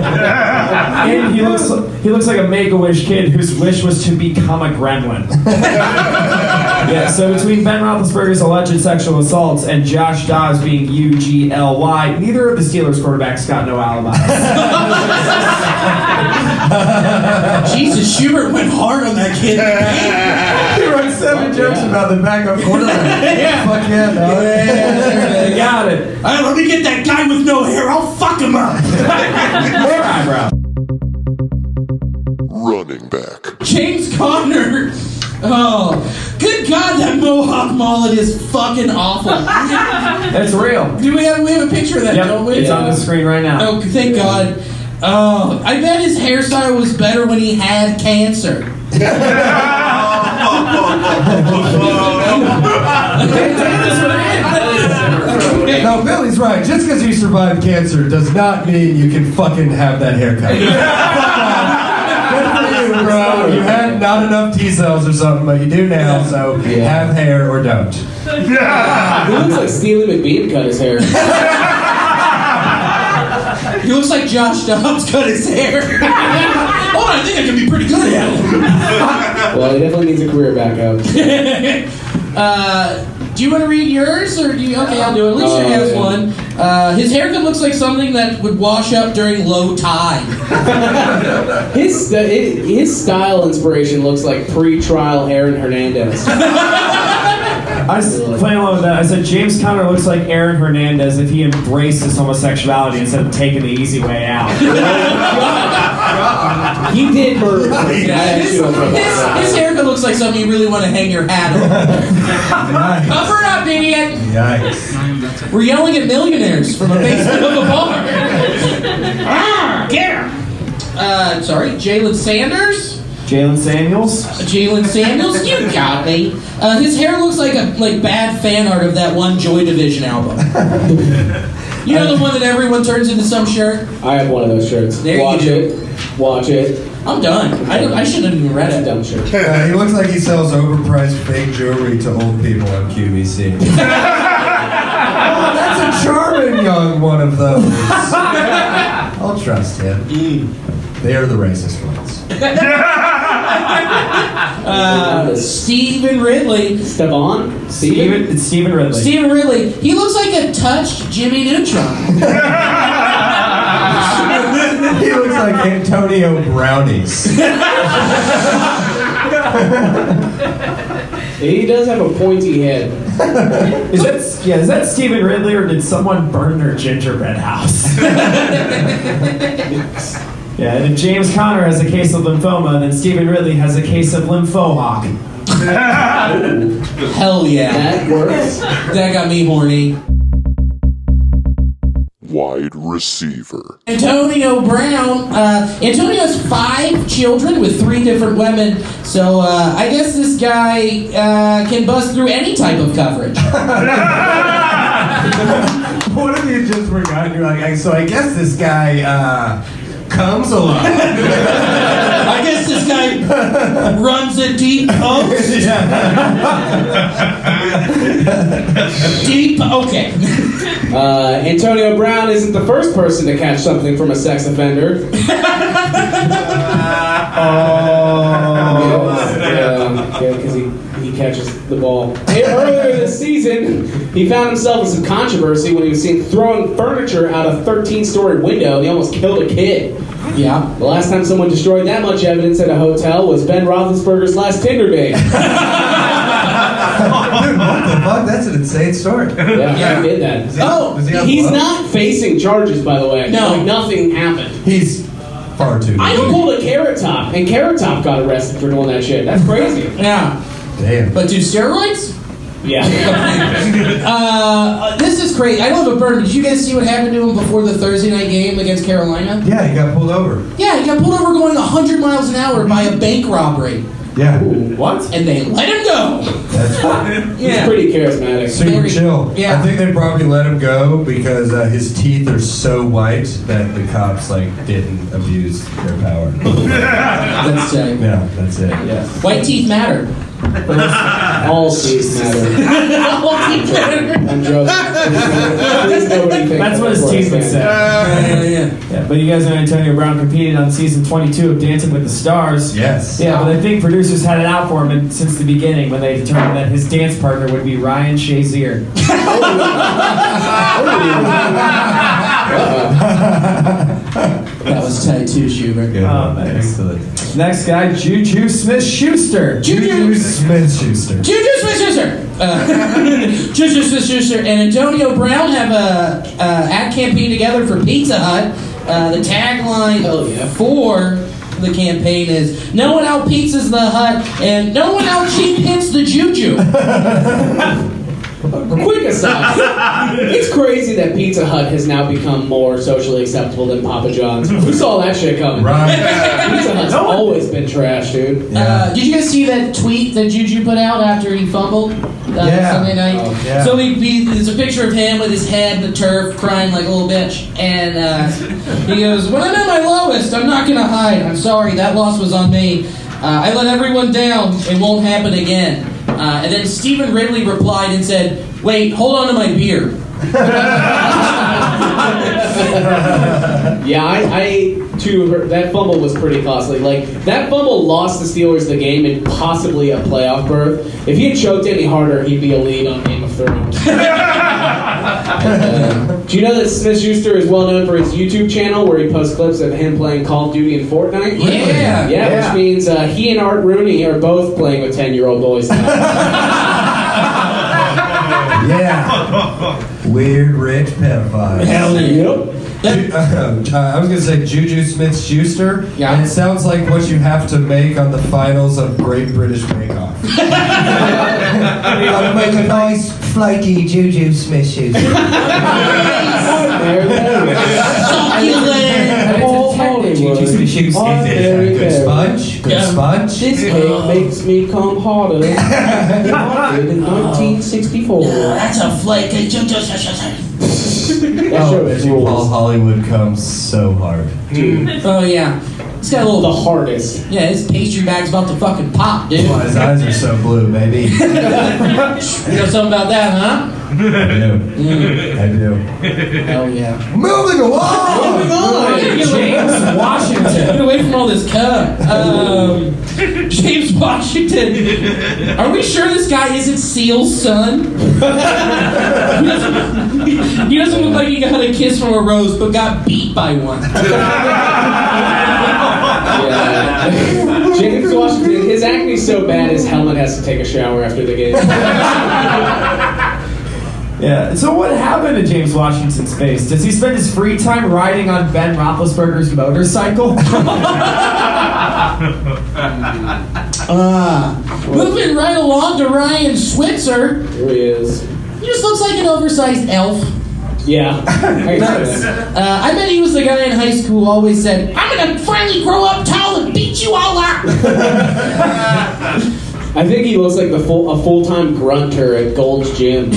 and he looks he looks like a Make-A-Wish kid whose wish was to become a gremlin. yeah. So between Ben Roethlisberger's alleged sexual assaults and Josh Dobbs being U G L Y, neither of the Steelers quarterbacks got no alibi. Jesus, Schubert went hard on that kid. He wrote seven jokes about the backup quarterback. yeah. Fuck yeah, dog. I got it. All right, let me get that guy with no hair. I'll fuck him up. running back, James Conner. Oh, good God, that Mohawk mullet is fucking awful. It's real. Do we have we have a picture of that? Don't Yep. we? It's on the screen right now. Oh, thank God. Oh, I bet his hairstyle was better when he had cancer. No, Billy's right. Just because you survived cancer does not mean you can fucking have that haircut. Good for you, bro. You had not enough T cells or something, but you do now, so have hair or don't. he looks like Steely McBean cut his hair. He looks like Josh Dobbs cut his hair. oh, I think I can be pretty good at it. Well, he definitely needs a career backup. Uh, do you want to read yours, or do you? Okay, I'll do it. Alicia Uh, has yeah. one. Uh, his haircut looks like something that would wash up during low tide. His st- it, his style inspiration looks like pre-trial Aaron Hernandez. I was playing along with that. I said James Conner looks like Aaron Hernandez if he embraced his homosexuality instead of taking the easy way out. He he did murder. Yeah, this, this, this haircut looks like something you really want to hang your hat on. Cover up, idiot! Yikes. We're yelling at millionaires from a basement of a bar. ah, get him! Uh, sorry, Jalen Sanders. Jalen Samuels. Jalen Samuels, you got me. Uh, his hair looks like a like bad fan art of that one Joy Division album. You know the one that everyone turns into some shirt. I have one of those shirts. There you Watch do. it. Watch it. I'm done. I, don't- I shouldn't have even read That's a it. dumb shirt. Uh, he looks like he sells overpriced fake jewelry to old people on QVC. oh, that's a charming young one of those. I'll trust him. They are the racist ones. Uh, Stephen Ridley. Stevan? Steven, it's Steven Ridley. Stephen Ridley. He looks like a touched Jimmy Neutron. he looks like Antonio Brownies. He does have a pointy head. Is that, yeah, is that Steven Ridley or did someone burn their gingerbread house? yeah, and if James Conner has a case of lymphoma, then Steven Ridley has a case of lymphohawk. Hell yeah. That works. That got me horny. Wide receiver. Antonio Brown. Uh, Antonio has five children with three different women, so uh, I guess this guy uh, can bust through any type of coverage. what if you just forgot? You're like, I- so I guess this guy uh, comes a lot. I guess this guy runs a deep post. Deep. Okay. Uh, Antonio Brown isn't the first person to catch something from a sex offender. Oh, because he, he catches the ball. And earlier this season, he found himself in some controversy when he was seen throwing furniture out a 13-story window. and He almost killed a kid. Yeah. The last time someone destroyed that much evidence at a hotel was Ben Roethlisberger's last Tinder date. Dude, what the fuck? That's an insane story. Yeah, he did that. Oh, Does he have He's blood? not facing charges, by the way. No. Like, nothing happened. He's far too. I pulled a Carrot Top, and Carrot Top got arrested for doing that shit. That's crazy. Yeah. Damn. But do steroids? yeah. Uh, this is great. I don't have a burn. Did you guys see what happened to him before the Thursday night game against Carolina? Yeah, he got pulled over. Yeah, he got pulled over going 100 miles an hour by a bank robbery, Yeah, What? and they let him go. that's He's pretty charismatic. super Very- chill. yeah. I think they probably let him go because uh, his teeth are so white that the cops like didn't abuse their power. Let's say. yeah, that's it. White teeth matter. All seats matter. All teeth matter. I'm joking. Please nobody think That's what his before I teeth would say. say. Yeah, yeah. Yeah, but you guys know Antonio Brown competed on season 22 of Dancing with the Stars. Yes. Yeah, but I think producers had it out for him in- since the beginning when they determined that his dance partner would be Ryan Shazier. That was tight too, Schubert. Good Oh, one. thanks. Excellent. Next guy, Juju Smith Schuster. Juju- Juju Smith-Schuster. Juju Smith-Schuster, uh, Juju Smith-Schuster, and Antonio Brown have a uh, ad campaign together for Pizza Hut. Uh, the tagline oh for the campaign is "No one out pizzas the hut, and no one out cheap hits the Juju." Quick aside. it's crazy that Pizza Hut has now become more socially acceptable than Papa John's. Who saw that shit coming? Right. Pizza Hut's always been trash, dude. Uh, did you guys see that tweet that Juju put out after he fumbled uh, Yeah. Sunday night? Oh, yeah. So he, he, there's a picture of him with his head in the turf, crying like a little bitch, and uh, he goes, "When I'm at my lowest, I'm not gonna hide. I'm sorry, that loss was on me. Uh, I let everyone down. It won't happen again." Uh, and then Stephen Ridley replied and said, "Wait, hold on to my beer." Yeah, I, I too. heard- That fumble was pretty costly. Like that fumble lost the Steelers the game and possibly a playoff berth. If he had choked any harder, he'd be a lead on Game of Thrones. Uh, do you know that Smith Schuster is well known for his YouTube channel where he posts clips of him playing Call of Duty and Fortnite? Yeah. Yeah, which means uh, he and Art Rooney are both playing with ten-year-old boys. Now. Yeah. Weird rich pedophile. Oh, Yep. Ju- uh, I was gonna say Juju Smith-Schuster. Yeah. And it sounds like what you have to make on the finals of Great British Bake Off. Gotta make a nice flaky Juju Smith shoes. There, there. Succulent. All Hollywood. All very Good good. sponge. Good Yeah. sponge. This cake makes me come harder. than I did in 1964. Uh, that's a flake. Hey, ju- ju- ju- ju- ju- That show is Oh, Paul rules. Hollywood comes so hard. Oh yeah, it's got a The little. hardest. Yeah, his pastry bag's about to fucking pop, dude. Well, his eyes are so blue, baby. You know something about that, huh? I do. I do. Oh yeah. Moving along. James Washington. Get away from all this cum. Um, James Washington. Are we sure this guy isn't Seal's son? he, doesn't, he doesn't look like he got a kiss from a rose, but got beat by one. Yeah. James Washington, his acne's so bad his helmet has to take a shower after the game. Yeah. So what happened to James Washington's face? Does he spend his free time riding on Ben Roethlisberger's motorcycle? Moving right along to Ryan Switzer. Here he is. He just looks like an oversized elf. Yeah. I can see that. Uh, I bet he was the guy in high school who always said, I'm gonna finally grow up tall and beat you all up. I think he looks like the full a full time grunter at Gold's Gym.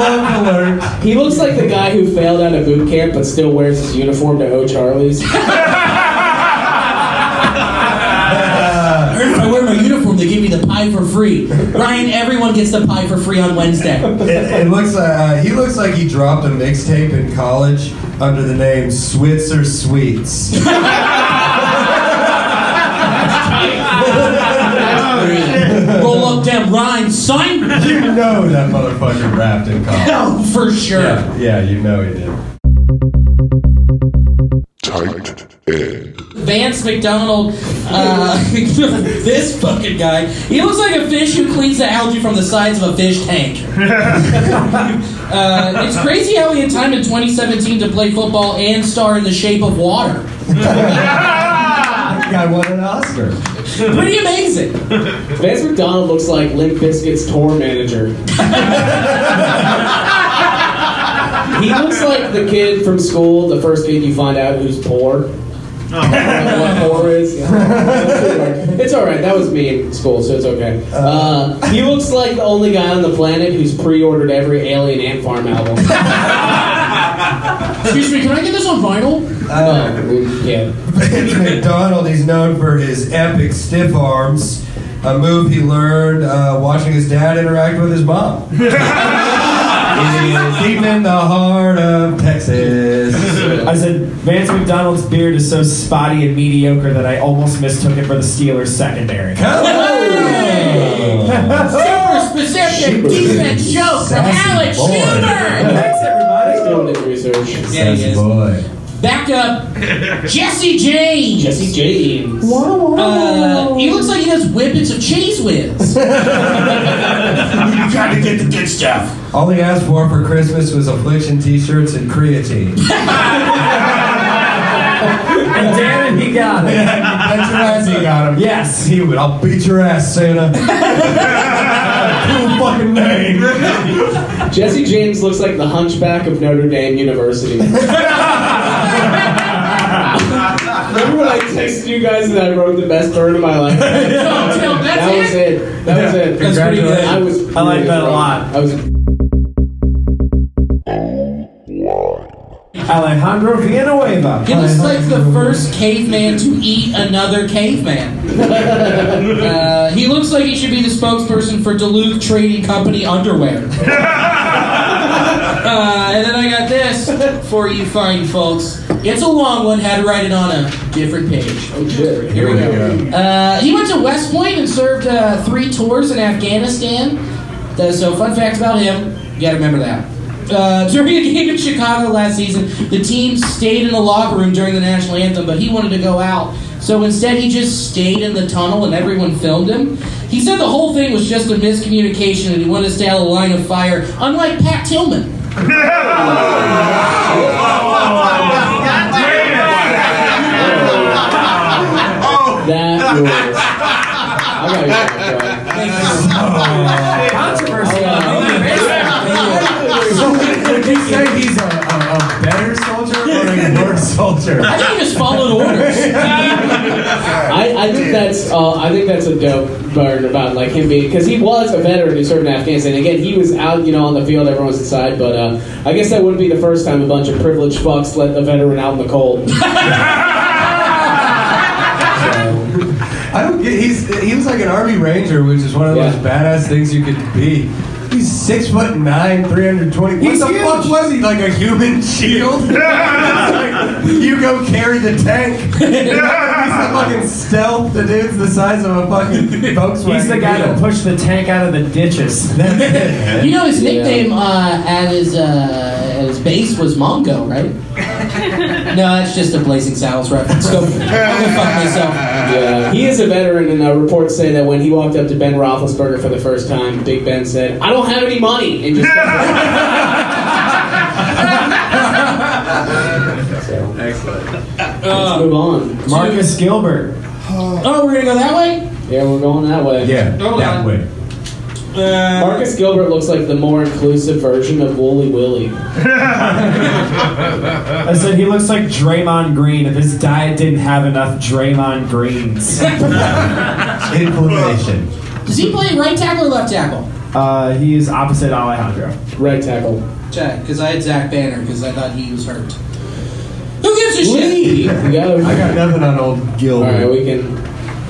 Love alert. He looks like the guy who failed out of boot camp but still wears his uniform to O'Charlie's. if I wear my uniform, they give me the pie for free. Ryan, everyone gets the pie for free on Wednesday. It, it looks like uh, he looks like he dropped a mixtape in college under the name Switzer Sweets. Roll up them rhymes, son. you know that motherfucker rapped in college. No, for sure. Yeah, yeah, you know he did. Tight end. Vance McDonald, uh, this fucking guy, he looks like a fish who cleans the algae from the sides of a fish tank. uh, it's crazy how he had time in 2017 to play football and star in The Shape of Water. That guy won an Oscar. Pretty amazing. Vance McDonald looks like Limp Bizkit's tour manager. he looks like the kid from school, the first kid you find out who's poor. What poor is. It's alright, that was me in school, so it's okay. Uh, he looks like the only guy on the planet who's pre ordered every Alien Ant Farm album. Excuse me, can I get this on vinyl? No, we can't. Vince McDonald, he's known for his epic stiff arms, a move he learned uh, watching his dad interact with his mom. he is deep in the heart of Texas. I said Vance McDonald's beard is so spotty and mediocre that I almost mistook it for the Steelers secondary. Super specific defense joke from Sassy Alex boy. Huber. Thanks everybody. Doing the research. Yeah, he Sassy is. boy. Back up, Jesse James. Jesse James. What? Uh, he looks like he has whippets of cheese whiz. All he asked for for Christmas was affliction t-shirts and creatine. And damn it, he got it. Bet your ass he got him. Yes. He would. I'll beat your ass, Santa. cool fucking name. Jesse James looks like the hunchback of Notre Dame University. Remember when I texted you guys that I wrote the best burn of my life? That's that was it. it. That was it. That's pretty good. I was. I like that a wrong. lot. I was. Alejandro Villanueva. He looks like the first caveman to eat another caveman. Uh, he looks like he should be the spokesperson for Duluth Trading Company underwear. Uh, and then I got this for you fine folks. It's a long one, had to write it on a different page. Oh shit. Here we go. Uh, he went to West Point and served uh, three tours in Afghanistan. Uh, so, fun fact about him, you gotta remember that. Uh, during a game in Chicago last season, the team stayed in the locker room during the national anthem, but he wanted to go out. So instead, he just stayed in the tunnel and everyone filmed him. He said the whole thing was just a miscommunication and he wanted to stay out of the line of fire, unlike Pat Tillman. That yours. I gotta go, bro. Controversy. uh, Would you say he's a, a, a better soldier or a worse soldier? I think he just followed orders. I, I think that's uh, I think that's a dope burn about like him being because he was a veteran who served in Afghanistan. Again, he was out you know on the field, everyone was inside. But uh, I guess that wouldn't be the first time a bunch of privileged fucks let a veteran out in the cold. I don't get. He's he was like an army ranger, which is one of those Yeah. badass things you could be. He's six foot nine, three hundred twenty. What He's the huge. fuck was he? Like a human shield? It's like, you go carry the tank. He's the fucking stealth. The dude's the size of a fucking Volkswagen. He's the guy that Beetle. pushed the tank out of the ditches. You know his nickname uh, at his uh, at his base was Mongo, right? no, that's just a Blazing Saddles reference. Go, I'm gonna fuck myself. Yeah, he is a veteran, and uh, reports say that when he walked up to Ben Roethlisberger for the first time, Big Ben said, "I don't have any money," and just. So, Let's move on. Marcus Gilbert. Oh, we're gonna go that way. Yeah, we're going that way. Yeah, that way. Marcus Gilbert looks like the more inclusive version of Wooly Willy. I said he looks like Draymond Green if his diet didn't have enough Draymond Greens. Inflammation. Does he play right tackle or left tackle? Uh, he is opposite Alejandro. Right tackle. Check, because I had Zach Banner because I thought he was hurt. Who gives a shit? We got I got nothing on old Gilbert. Alright, we can.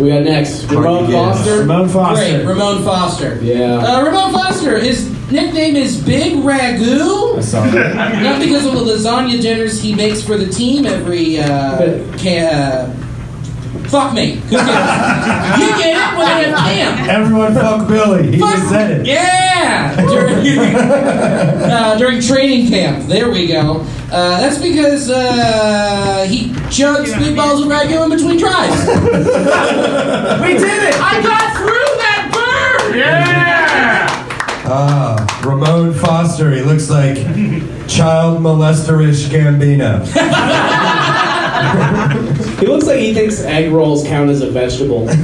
We got next. Ramon Hard to guess. Foster. Ramon Great, Foster. Ramon Foster. Yeah. Uh, Ramon Foster. His nickname is Big Ragu. I saw that. Not because of the lasagna dinners he makes for the team every uh, ca- uh fuck me. Who gives- you get it when I have camp. Everyone fuck Billy. He Fuck- just said it. Yeah. During, uh, during training camp. There we go. Uh, that's because uh, he chugs meatballs with ragu in between tries. we did it. I got through that burn. Ah, Ramon Foster. He looks like child molesterish Gambino. He looks like he thinks egg rolls count as a vegetable. They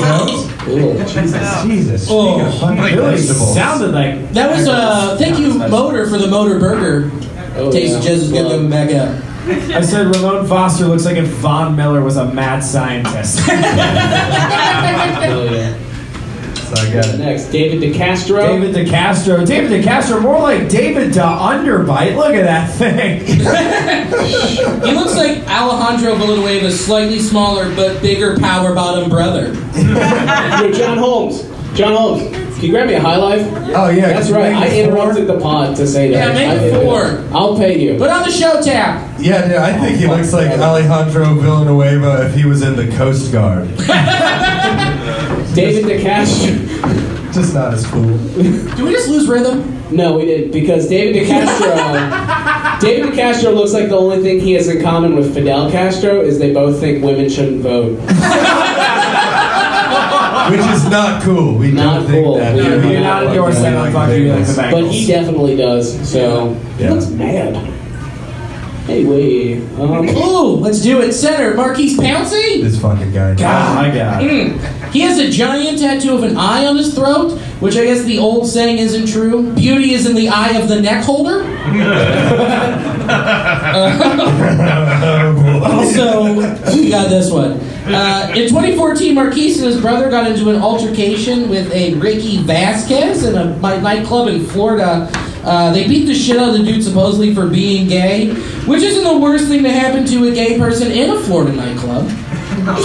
don't? Ew. Jesus, Jesus. Oh. Really sounded like That was uh, thank you Motor for the Motor Burger. Oh, Taste yeah. of Jesus gonna come back up. I said Ramon Foster looks like if Von Miller was a mad scientist. Hell Oh, yeah. So I got it. Next, David DeCastro. David DeCastro. David DeCastro, more like David De Underbite. Look at that thing. He looks like Alejandro Villanueva's slightly smaller but bigger power bottom brother. Yo, John Holmes. John Holmes. Can you grab me a high life? Oh, yeah. That's can you right. make I it four? interrupted the pod to say that. Yeah, make I it did four. I'll pay you. Put on the show tap. Yeah, yeah, I think he looks like Alejandro Villanueva if he was in the Coast Guard. David DeCastro. Just not as cool. Do we just lose rhythm? No, we didn't because David DeCastro. David DeCastro looks like the only thing he has in common with Fidel Castro is they both think women shouldn't vote. Which is not cool. We Not don't think cool. that. We Yeah, do we not don't endorse fucking that on like Fuck You Like the Bengals. Bengals. But he definitely does. So he Yeah. looks mad. Anyway, um, Ooh, let's do it. Center, Marquise Pouncey. This fucking guy. Oh my god. He has a giant tattoo of an eye on his throat, which I guess the old saying isn't true. Beauty is in the eye of the neck holder. Uh, Also, we got this one. Uh, in 2014, Marquise and his brother got into an altercation with a Ricky Vasquez in a my nightclub in Florida. Uh, they beat the shit out of the dude supposedly for being gay, which isn't the worst thing to happen to a gay person in a Florida nightclub. That's a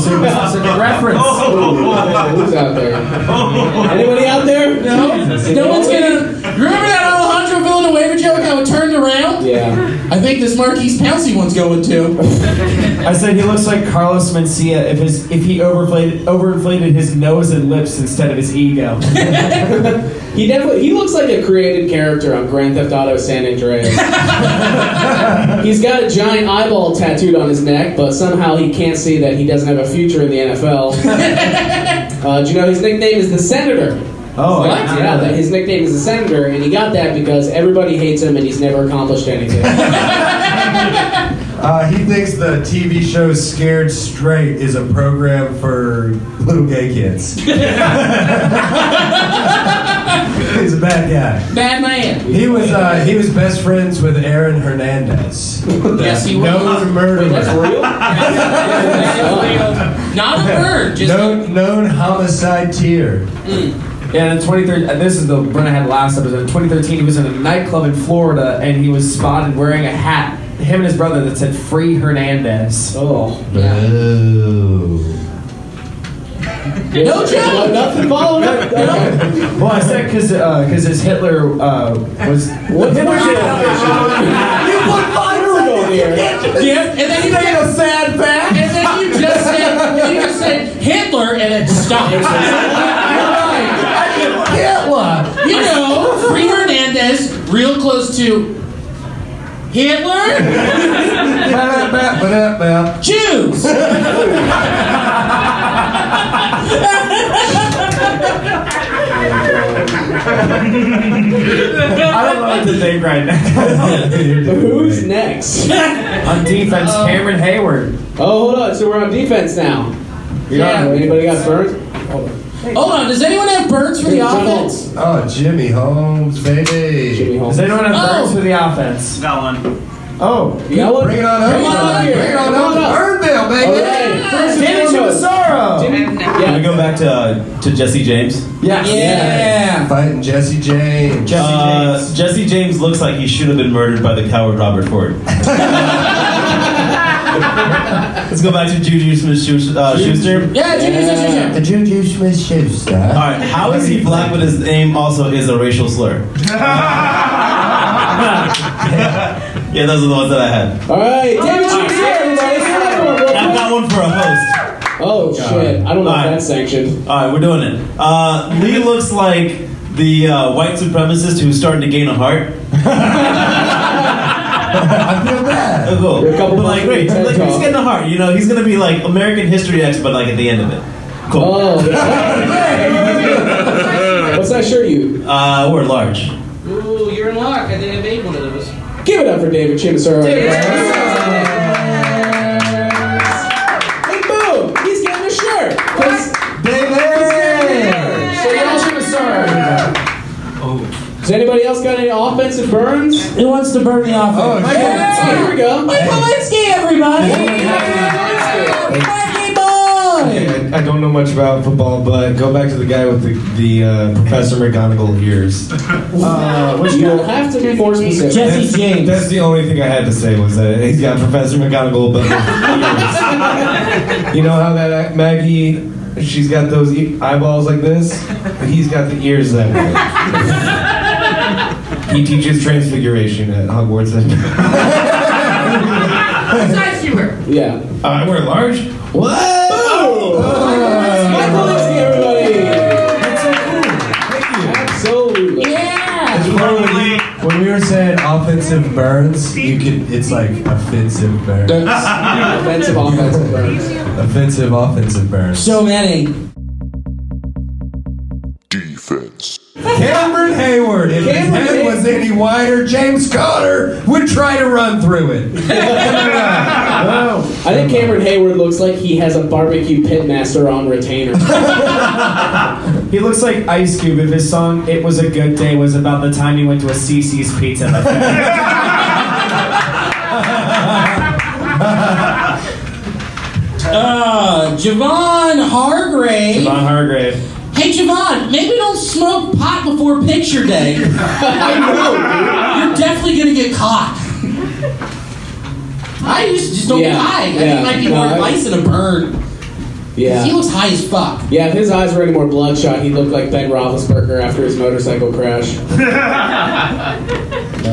super specific reference. who's out there? Anybody out there? No, no one's gonna. Remember that Alejandro Villanueva joke? How it turned around? Yeah. I think this Marquise Pouncey one's going to. I said he looks like Carlos Mencia if his if he overinflated overinflated his nose and lips instead of his ego. He definitely he looks like a created character on Grand Theft Auto San Andreas. He's got a giant eyeball tattooed on his neck, but somehow he can't see that he doesn't have a future in the NFL. uh, do you know his nickname is the Senator? Oh, I what? did not yeah. know that. His nickname is the Senator, and he got that because everybody hates him and he's never accomplished anything. Uh, he thinks the TV show Scared Straight is a program for little gay kids. He's a bad guy. Bad man. He was uh, he was best friends with Aaron Hernandez. Yes, he was. Known Wait, that's murderer. real? Not a bird. Just Known, known homicide tier. Yeah, and in 2013, and this is the one I had last episode. In 2013, he was in a nightclub in Florida, and he was spotted wearing a hat. Him and his brother that said "Free Hernandez." Oh. Oh. no joke. Nothing followed up. No. Well, I said because because his Hitler uh, was What the Yeah, and then you made a sad back. And then you just said you just said Hitler and it stopped. You're right. Hitler! You know, Free Hernandez, real close to Hitler, Ba-da-ba-ba-da-ba. Jews. I don't know what to think right now. Who's next? On defense, Cameron Hayward. Oh, hold on. So we're on defense now. Yeah. Anybody got burnt? Hold on. Hold on, does anyone have birds for the Jimmy offense? Oh, Jimmy Holmes, baby. Jimmy Holmes. Does anyone have Oh. birds for the offense? Got one. Oh, You got one? Bring it on up. Bring it on up here. Bring it on up. Come on up. Birdville, baby. All right. First and Danny foremost. Chimasaro. Yeah. Yeah. Can we go back to uh, to Jesse James? Yes. Yeah. Fighting Jesse James. Jesse Uh, James. Jesse James looks like he should have been murdered by the coward Robert Ford. Let's go back to Juju Smith uh, Schuster. Yeah, Junior yeah. The Juju Smith All Schuster. right, how is he black but his name also is a racial slur? yeah, those are the ones that I had. All right. David Chiefs here, everybody. Clap for him real I've quick. got one for a host. Oh, shit. I don't know if Alright. that's sanctioned. All right, we're doing it. Uh, Lee looks like the uh, white supremacist who's starting to gain a heart. I feel bad. Oh, cool. You're a couple But like, months great. from the Like, TED he's Talk. getting a heart. You know, he's gonna be like American history X, but like at the end of it. Cool. Oh. What's that shirt you? Uh, we're large. Ooh, you're in luck. I think I made one of those. Give it up for David Chimasaro. And boom, he's getting a shirt. 'Cause- David. So y'all should have started. Does anybody else got any offensive burns? Who wants to burn the offense? Oh, Mike Kaminsky, Here we go. Mike Kaminsky, everybody! Mikey boy! I don't know much about football, but go back to the guy with the, the uh, Professor McGonagall ears. Uh, which You'll have to be more specific. Jesse James. That's the only thing I had to say was that he's got Professor McGonagall, but with ears. you know how that Maggie, she's got those e- eyeballs like this, but he's got the ears that way. he teaches transfiguration at Hogwarts. What size you were? Yeah. I wear large. Oh! Mike Kaminsky, everybody. Absolutely. Yeah! When we were saying offensive burns, you could it's like offensive burns. Offensive, offensive burns. offensive offensive burns. So many. defense. Cameron Hayward, if his Cameron head Hay- was any wider, James Cotter would try to run through it. I think Cameron Hayward looks like he has a barbecue pitmaster on retainer. He looks like Ice Cube if his song "It Was a Good Day" was about the time he went to a CC's Pizza. Uh, Javon Hargrave. Von Hargrave. Hey, Javon, maybe don't smoke pot before picture day. I know, dude. You're definitely gonna get caught. I just, just don't Yeah, get high. I yeah, think it might be no, more I- advice than a burn. He Yeah. looks high as fuck. Yeah, if his eyes were any more bloodshot, he'd look like Ben Roethlisberger after his motorcycle crash.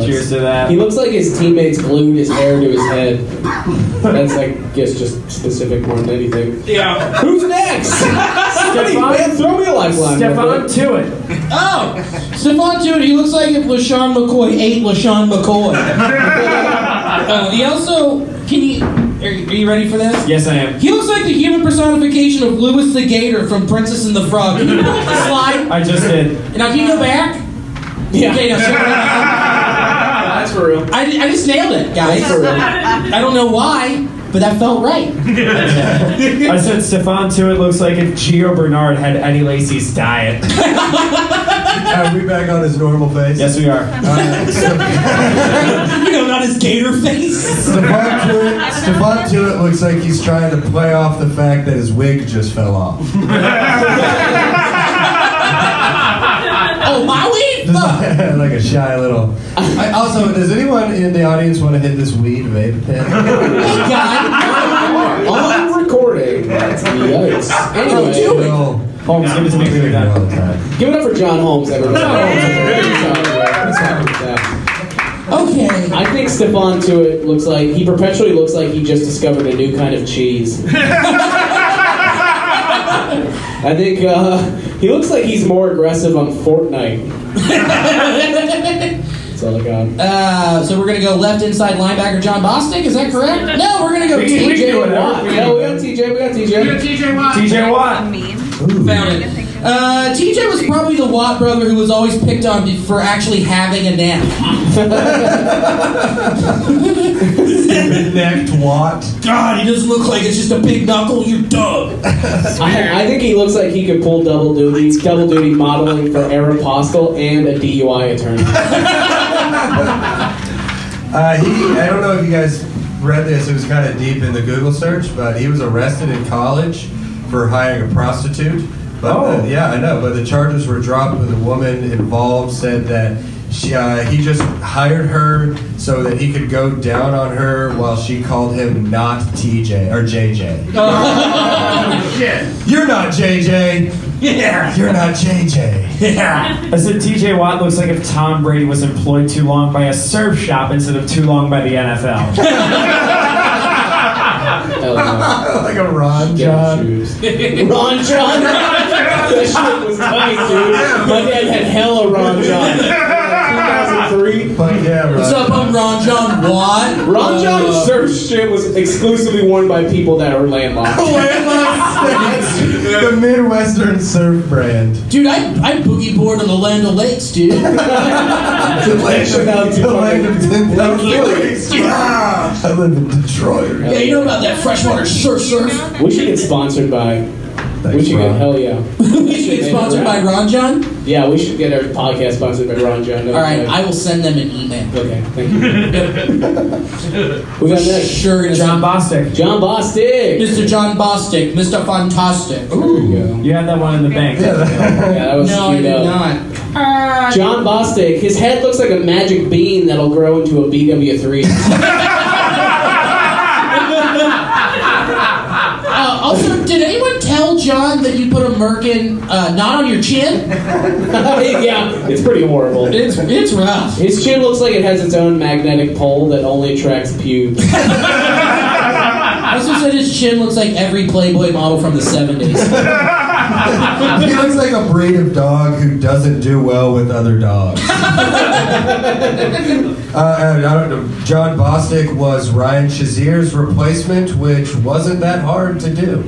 Cheers to that. He looks like his teammates glued his hair to his head. That's, I guess, just specific more than anything. Yeah. Who's next? Somebody, man, throw me a lifeline. Stefan to it. Oh, Stephon Tuitt, he looks like if LaShawn McCoy ate LaShawn McCoy. uh, he also, can you, or Are you ready for this? Yes, I am. He looks like the human personification of Lewis the Gator from Princess and the Frog. Can you pull up the slide? I just did. Now, can you go back? Yeah. Okay, no, That's for real. I, I just nailed it, guys. That's for real. I don't know why, but that felt right. I said Stefan too. It looks like if Gio Bernard had Eddie Lacey's diet. Are we back on his normal face? yes, we are. Uh, you know, not his gator face. Stefan Tuitt, Stefan Tuitt looks like he's trying to play off the fact that his wig just fell off. Oh, my weed? Just Fuck. like, a shy little. I, also, does anyone in the audience want to hit this weed vape pen? God. On recording. Yikes. Anyway, do it. No. Holmes, give it to me. We do it all the time. give it up for John Holmes, everyone. John Holmes is a great songwriter. Let's talk about that. Okay. I think Stefan Tuitt looks like he perpetually looks like he just discovered a new kind of cheese. I think uh, he looks like he's more aggressive on Fortnite. That's all I got. Uh, so we're gonna go left inside linebacker John Bostic. Is that correct? No, we're gonna go We can- we TJ. can do TJ Watt. whatever. No, we got TJ. We got You're TJ. TJ Watt. TJ Watt. Found it. Uh, TJ was probably the Watt brother who was always picked on for actually having a nap. Necked Watt. God, he doesn't look like it's just a big knuckle. You dub. I, I think he looks like he could pull double duty, double duty modeling for Aaron Postle and a DUI attorney. Uh, he, I don't know if you guys read this. It was kind of deep in the Google search, but he was arrested in college for hiring a prostitute. But Oh. the, yeah, I know. But the charges were dropped when the woman involved said that she, uh, he just hired her so that he could go down on her while she called him not TJ or JJ. Shit. You're not JJ. Yeah. You're not JJ. Yeah. I said TJ Watt looks like if Tom Brady was employed too long by a surf shop instead of too long by the NFL. Hell no. like a Ron Get John. shoes. Ron John. that shit was tight, dude. My dad had hella Ron John. 2003. But yeah, Ron. What's up? I'm Ron John Watt. Ron John Uh, surf shit was exclusively worn by people that are landlocked. the Midwestern surf brand. Dude, I, I boogie board on the Land Lakes, dude. Land of- Without the land of 10,000 Lakes. lakes. Ah, I live in Detroit. yeah, you know about that freshwater surf surf. We should get sponsored by. we Thanks, should get Ron. hell yeah. We should get sponsored by Ron John. Yeah, we should get our podcast sponsored by Ron John. All right, I will send them an email. Okay, thank you. we got next. Sure, gonna John Bostic. John Bostic. Mr. John Bostic, Mr. Fantastic. Ooh. You had that one in the bank. Yeah, that was No, I queued did up. not. John Bostic, his head looks like a magic bean that'll grow into a BW3. Uh, also, did anyone tell John that you put a merkin uh, not on your chin? yeah, it's pretty horrible. It's it's rough. His chin looks like it has its own magnetic pole that only attracts pubes. I also said his chin looks like every Playboy model from the 70s. He looks like a breed of dog who doesn't do well with other dogs. uh, and I don't know, John Bostic was Ryan Shazier's replacement, which wasn't that hard to do.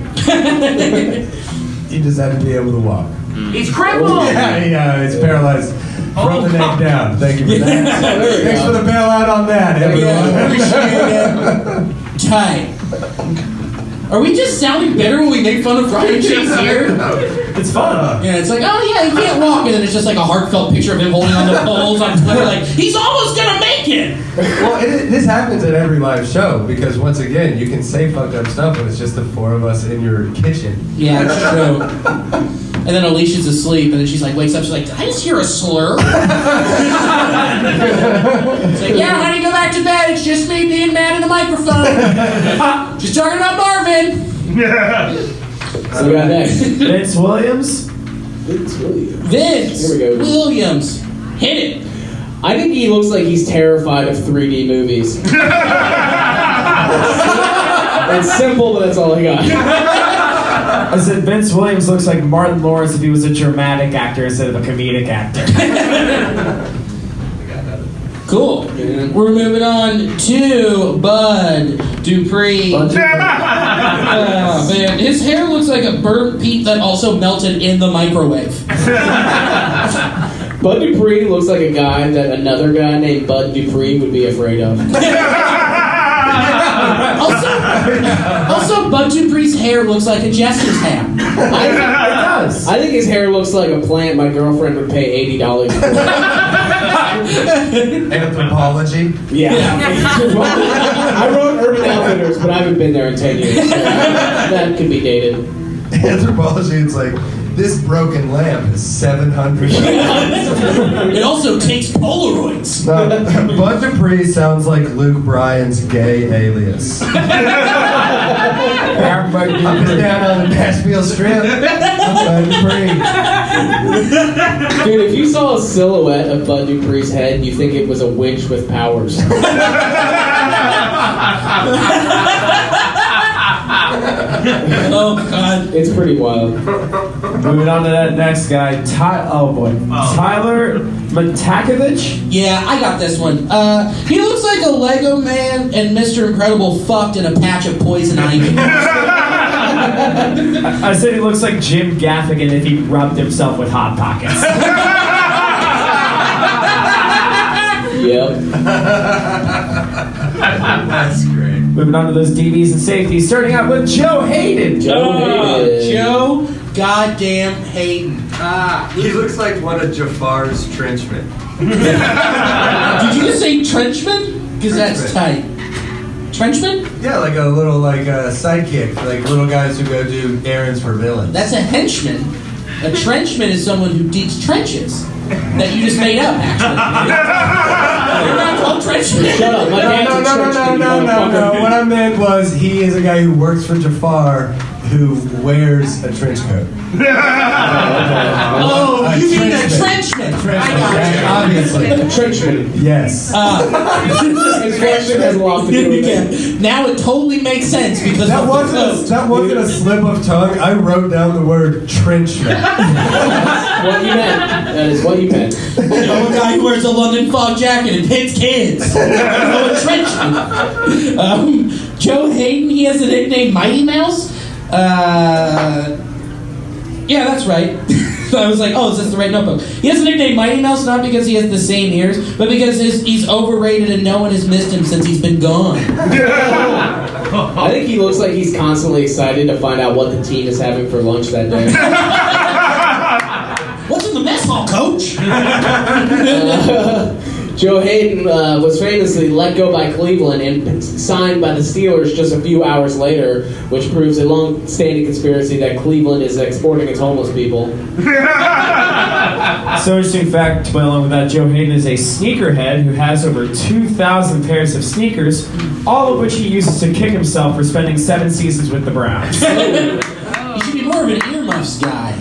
he just had to be able to walk. He's crippled. Yeah, he, uh, he's paralyzed from the neck down. Thank you for that. There we Thanks go. for the bailout on that, Yeah, everyone. appreciate it. Tight. Are we just sounding bitter when we make fun of Ryan Chase here? It's fun. Yeah, it's like, oh yeah, he can't walk, and then it's just like a heartfelt picture of him holding on the poles on Twitter, like he's almost gonna make it. Well, it, this happens at every live show because once again, you can say fucked up stuff when it's just the four of us in your kitchen. Yeah, it's true. And then Alicia's asleep, and then she's like, wakes up, she's like, did I just hear a slur? it's like, yeah, honey, go back to bed. It's just me being mad at the microphone. just talking about Marvin. So we got next. Vince Williams. Vince Williams. Vince Here we go. Williams. Hit it. I think he looks like he's terrified of 3D movies. That's simple, but that's all I got. I said Vince Williams looks like Martin Lawrence if he was a dramatic actor instead of a comedic actor. Cool. We're moving on to Bud Dupree. Oh, man, his hair looks like a burnt peat that also melted in the microwave. Bud Dupree looks like a guy that another guy named Bud Dupree would be afraid of. also, also, Bud Dupree's hair looks like a jester's hat. I, does. I think his hair looks like a plant my girlfriend would pay eighty dollars for. Anthropology. Yeah. I wrote Urban Outfitters, but I haven't been there in ten years. so that could be dated. Anthropology, it's like, this broken lamp is 700 It also takes Polaroids. No, Bud Dupree sounds like Luke Bryan's gay alias. Up and down on the Nashville Strip. Bud Dupree. Dude, if you saw a silhouette of Bud Dupree's head, you think it was a witch with powers. oh God, it's pretty wild. Moving on to that next guy, Ty. Oh boy, Tyler Matakovich. Yeah, I got this one. Uh, he looks like a Lego man and Mr. Incredible fucked in a patch of poison ivy. I said he looks like Jim Gaffigan if he rubbed himself with hot pockets. Yep. That's great. Moving on to those DBs and safeties, starting out with Joe Hayden. Joe Hayden. Oh, Joe, goddamn Hayden. Ah, He looks like one of Jafar's trenchmen. did you just say trenchman? Because that's tight. Trenchman? Yeah, like a little like a sidekick, like little guys who go do errands for villains. That's a henchman. A trenchman is someone who digs trenches. That you just made up, actually. You're not called trenchmen. Shut up. No, My dad's no, a no, no, no, churchman, no, no, motherfucker. no. What I meant was he is a guy who works for Jafar who wears a trench coat. Uh, Oh, A you mean a trenchman. trenchman. Oh, Trench I coat, got right, you. Obviously. Trenchman. Yes. His question has a lot to do with it. Yeah. Now it totally makes sense because That of wasn't, a, the that wasn't a slip of tongue. I wrote down the word trenchman. What you meant. That is what you meant. you know, a guy who wears a London fog jacket and hits kids. You know, a trenchman. Um, Joe Hayden, he has a nickname Mighty Mouse. Uh, yeah, that's right. so I was like, oh, is this the right notebook? He has a nickname Mighty Mouse not because he has the same ears, but because his, he's overrated and no one has missed him since he's been gone. I think he looks like he's constantly excited to find out what the team is having for lunch that day. What's in the mess hall, coach? Joe Hayden uh, was famously let go by Cleveland and signed by the Steelers just a few hours later, which proves a long-standing conspiracy that Cleveland is exporting its homeless people. So interesting fact to play along with that, Joe Hayden is a sneakerhead who has over 2,000 pairs of sneakers, all of which he uses to kick himself for spending seven seasons with the Browns. You should be more of an earmuffs guy.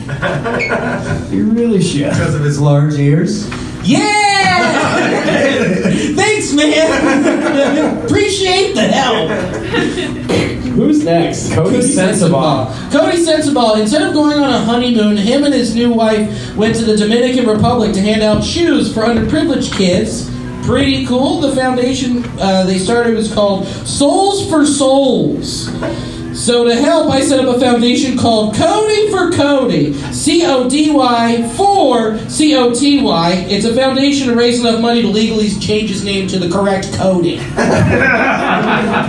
you really should. Because of his large ears. Yeah! Thanks, man! Appreciate the help! Who's next? Cody Sensabaugh. Cody Sensabaugh, instead of going on a honeymoon, him and his new wife went to the Dominican Republic to hand out shoes for underprivileged kids. Pretty cool. The foundation uh, they started was called Souls for Souls. So to help, I set up a foundation called Cody for Cody. C O D Y for C O T Y. It's a foundation to raise enough money to legally change his name to the correct Cody.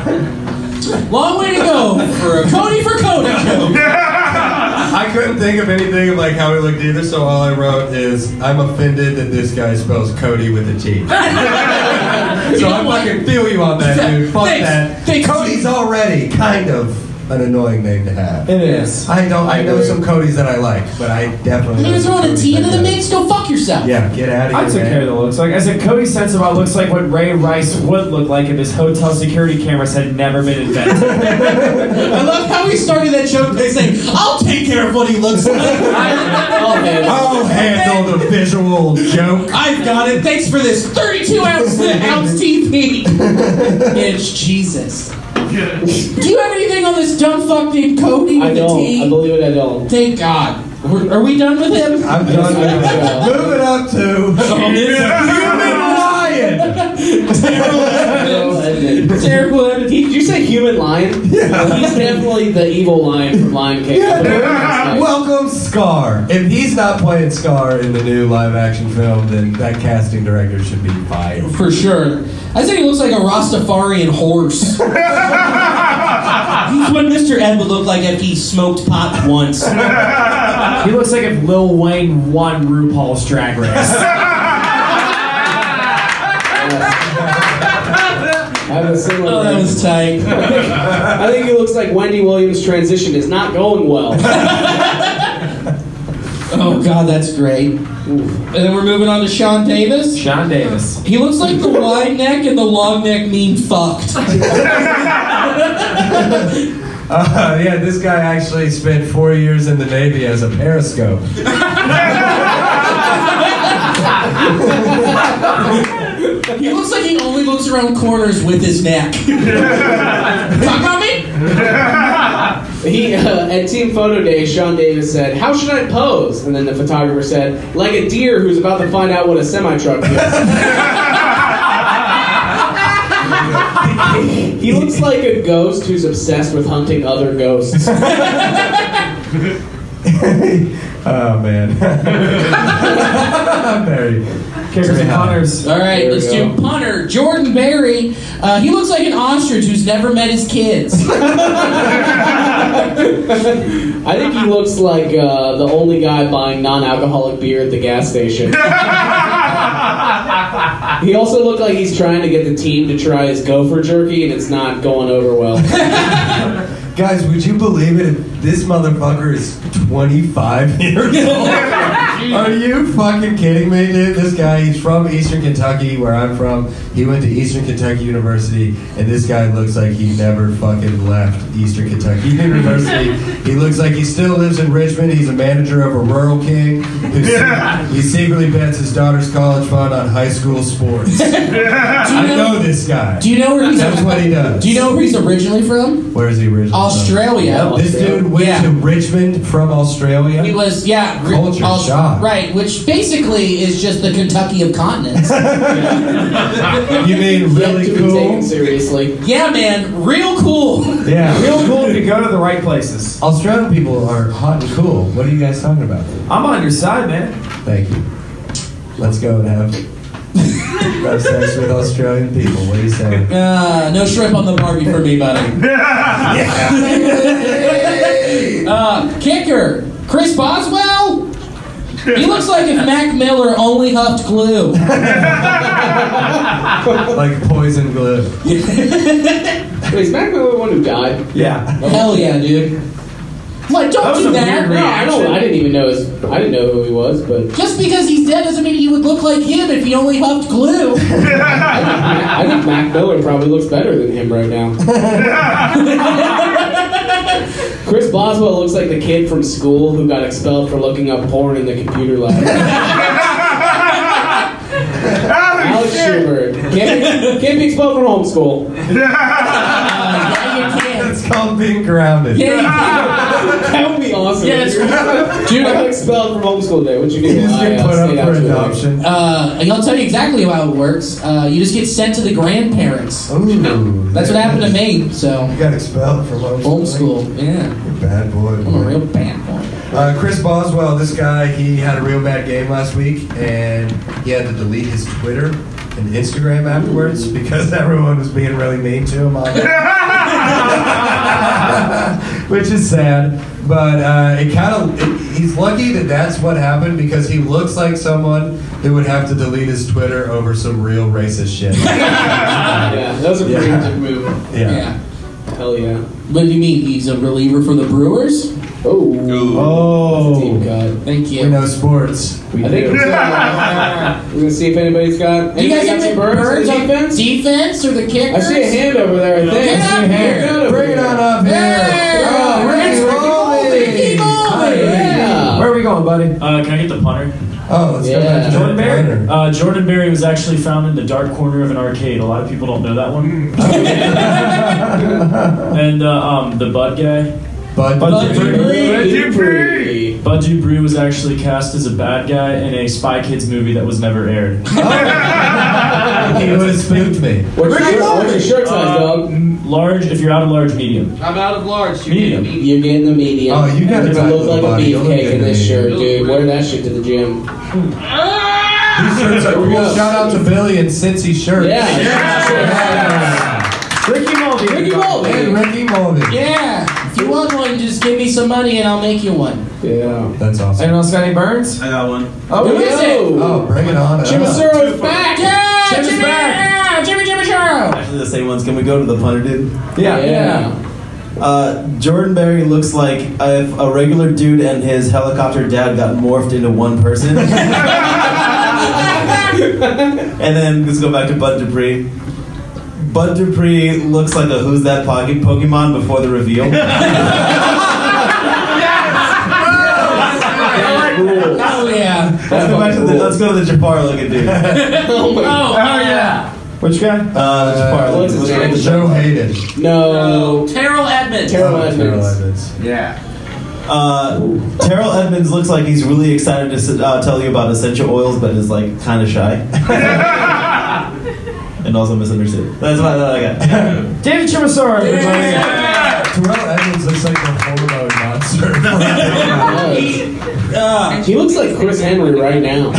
Long way to go for a Cody for Cody joke. I couldn't think of anything of like how he looked either, so all I wrote is I'm offended that this guy spells Cody with a T. so I fucking feel you on that, dude. Fuck Thanks. that. Thanks. Cody's already kind of an annoying name to have. It is. I don't. I know some Codys that I like, but I definitely. You know gonna some throw in a Codys T I into the don't. mix? Go fuck yourself. Yeah, get out I of took here. care of man. the looks. Like I said, Cody Sensabaugh looks like what Ray Rice would look like if his hotel security cameras had never been invented. I love how he started that joke by saying, "I'll take care of what he looks like." Oh, man. I'll handle the visual joke. I've got it. Thanks for this 32 ounce ounce TP. It's Jesus. Do you have anything on this dumb fuck named Cody with I a T? don't. I believe it, I don't. Thank God. We're- are we done with him? I'm done with it. Move it up to. You've been lying. No, I didn't. Terrible Lemon. Did you say human lion? Yeah. He's definitely the evil lion from Lion King. Yeah, dude. Welcome, Scar. If he's not playing Scar in the new live-action film, then that casting director should be fired. For sure. I say he looks like a Rastafarian horse. He's what Mr. Ed would look like if he smoked pot once. He looks like if Lil Wayne won RuPaul's Drag Race. I was similar. Oh, that was tight. I think he looks like Wendy Williams' transition is not going well. Oh god, that's great. And then we're moving on to Sean Davis. Sean Davis. He looks like the wide neck and the long neck mean fucked. Uh, yeah, this guy actually spent four years in the Navy as a periscope. He looks like he only looks around corners with his neck. Talk about me? He uh, at team photo day, Sean Davis said, "How should I pose?" And then the photographer said, "Like a deer who's about to find out what a semi truck is." he looks like a ghost who's obsessed with hunting other ghosts. Oh man, very. Kickers and punters. All right, There we let's go. do punter Jordan Berry. Uh, he looks like an ostrich who's never met his kids. I think he looks like uh, the only guy buying non-alcoholic beer at the gas station. he also looked like he's trying to get the team to try his gopher jerky, and it's not going over well. Guys, would you believe it? if This motherfucker is 25 years old. Are you fucking kidding me, dude? This guy, he's from Eastern Kentucky, where I'm from. He went to Eastern Kentucky University, and this guy looks like he never fucking left Eastern Kentucky University. he looks like he still lives in Richmond. He's a manager of a rural king. Who se- he secretly bets his daughter's college fund on high school sports. I know this guy. Do you know where he's? That's what he does. Do you know where he's originally from? Where is he originally? from? Australia. This dude went Yeah. to Richmond from Australia. He was, yeah, gr- Culture Aus- shock. right? Which basically is just the Kentucky of continents. you mean really to be taken cool? seriously. yeah, man, real cool. Yeah. Real cool to go to the right places. Australian people are hot and cool. What are you guys talking about? I'm on your side, man. Thank you. Let's go and have, have sex with Australian people. What do you say? Uh, no shrimp on the Barbie for me, buddy. uh, kicker, Chris Boswell. He looks like if Mac Miller only huffed glue. Like poison glue. Wait, is Mac Miller the one who died? Yeah. Hell yeah, dude. Like, don't was do a that. weird No, I don't. I I- didn't even know his. I didn't know who he was, but Just because he's dead doesn't mean he would look like him if he only huffed glue. I think Mac Miller probably looks better than him right now. Chris Boswell looks like the kid from school who got expelled for looking up porn in the computer lab. Alex Schubert can't, can't be expelled from homeschool. yeah, you can. It's called being grounded. Yeah, you can. That would be awesome. Yeah, it's- Dude, I got expelled from homeschool day. What you do? You just I, get uh, put up stayed for out too late. adoption. Uh, and I'll tell you exactly how it works. Uh, you just get sent to the grandparents. Ooh. That's what happened to me. So You got expelled from homeschool. Yeah, Bad boy. I'm a boy. real bad boy. Uh, Chris Boswell, this guy, he had a real bad game last week, and he had to delete his Twitter and Instagram afterwards because everyone was being really mean to him. On there. Which is sad, but uh, it kind of he's lucky that that's what happened because he looks like someone who would have to delete his Twitter over some real racist shit. Yeah, that was a pretty Yeah. good move. yeah. Yeah. Hell yeah. What do you mean? He's a reliever for the Brewers. Oh. Deep Oh, God. Thank we you. know sports. I think it's, uh, we're gonna see if anybody's got. Do you guys anybody have got any some birds, birds on on defense? defense or the I kickers? see a hand over there. I think. Get I see up a hand. here. Get over Bring it there. on up Hey, here. oh, Ricky Ricky Bobby. Bobby. Ricky Bobby. Yeah. Where are we going, buddy? Uh, can I get the punter? Oh, let's go Yeah. back to Jordan Jordan Barry. Barry. Uh, Jordan Berry was actually found in the dark corner of an arcade. A lot of people don't know that one. and uh, um, the Bud guy, Bud, Bud Dupree. Dupree. Bud Dupree, was actually cast as a bad guy in a Spy Kids movie that was never aired. he would have spooked me. What's your, what's your shirt size, Uh, dog? Large, if you're out of large, medium. I'm out of large. You Medium. You're getting the medium. Oh, you got You're a gonna tight look little like a body. You'll look beefcake good in in this the shirt, medium. dude. Wear that shit to the gym. These shirts are cool. Shout out to Billy and Cincy shirts. Yeah. Ricky Mulvey. Ricky Mulvey. And Ricky Mulvey. Yeah. If you want one, just give me some money and I'll make you one. Yeah. That's awesome. Anyone else got any burns? I got one. Oh, Who is it? Oh, bring it on. Jim up. Acero's back. Yeah, Jim's Jimmy, back. Jimmy, Jimmy, Jimmy. Actually, the same ones. Can we go to the punter, dude? Yeah. Yeah. Uh, Jordan Berry looks like if a regular dude and his helicopter dad got morphed into one person. and then let's go back to Bud Dupree. Bud Dupree looks like a Who's That Pocket Pokemon before the reveal. Oh yeah. let's, go back to the, let's go to the Jafar looking dude. Uh, Oh my Oh, yeah. Which guy? Uh, the Jafar what's looking his let's go name? with the Joe Hayden. No. Terrell Edmonds. Terrell Oh, Terrell Edmonds. Edmonds. Yeah. Uh, Terrell Edmonds looks like he's really excited to s- uh, tell you about essential oils, but is like kind of shy. and also misunderstood. That's about that I got. David Chimasaro, everybody. Terrell Edmonds looks like the hobo monster. He, he looks like Chris Henry right now.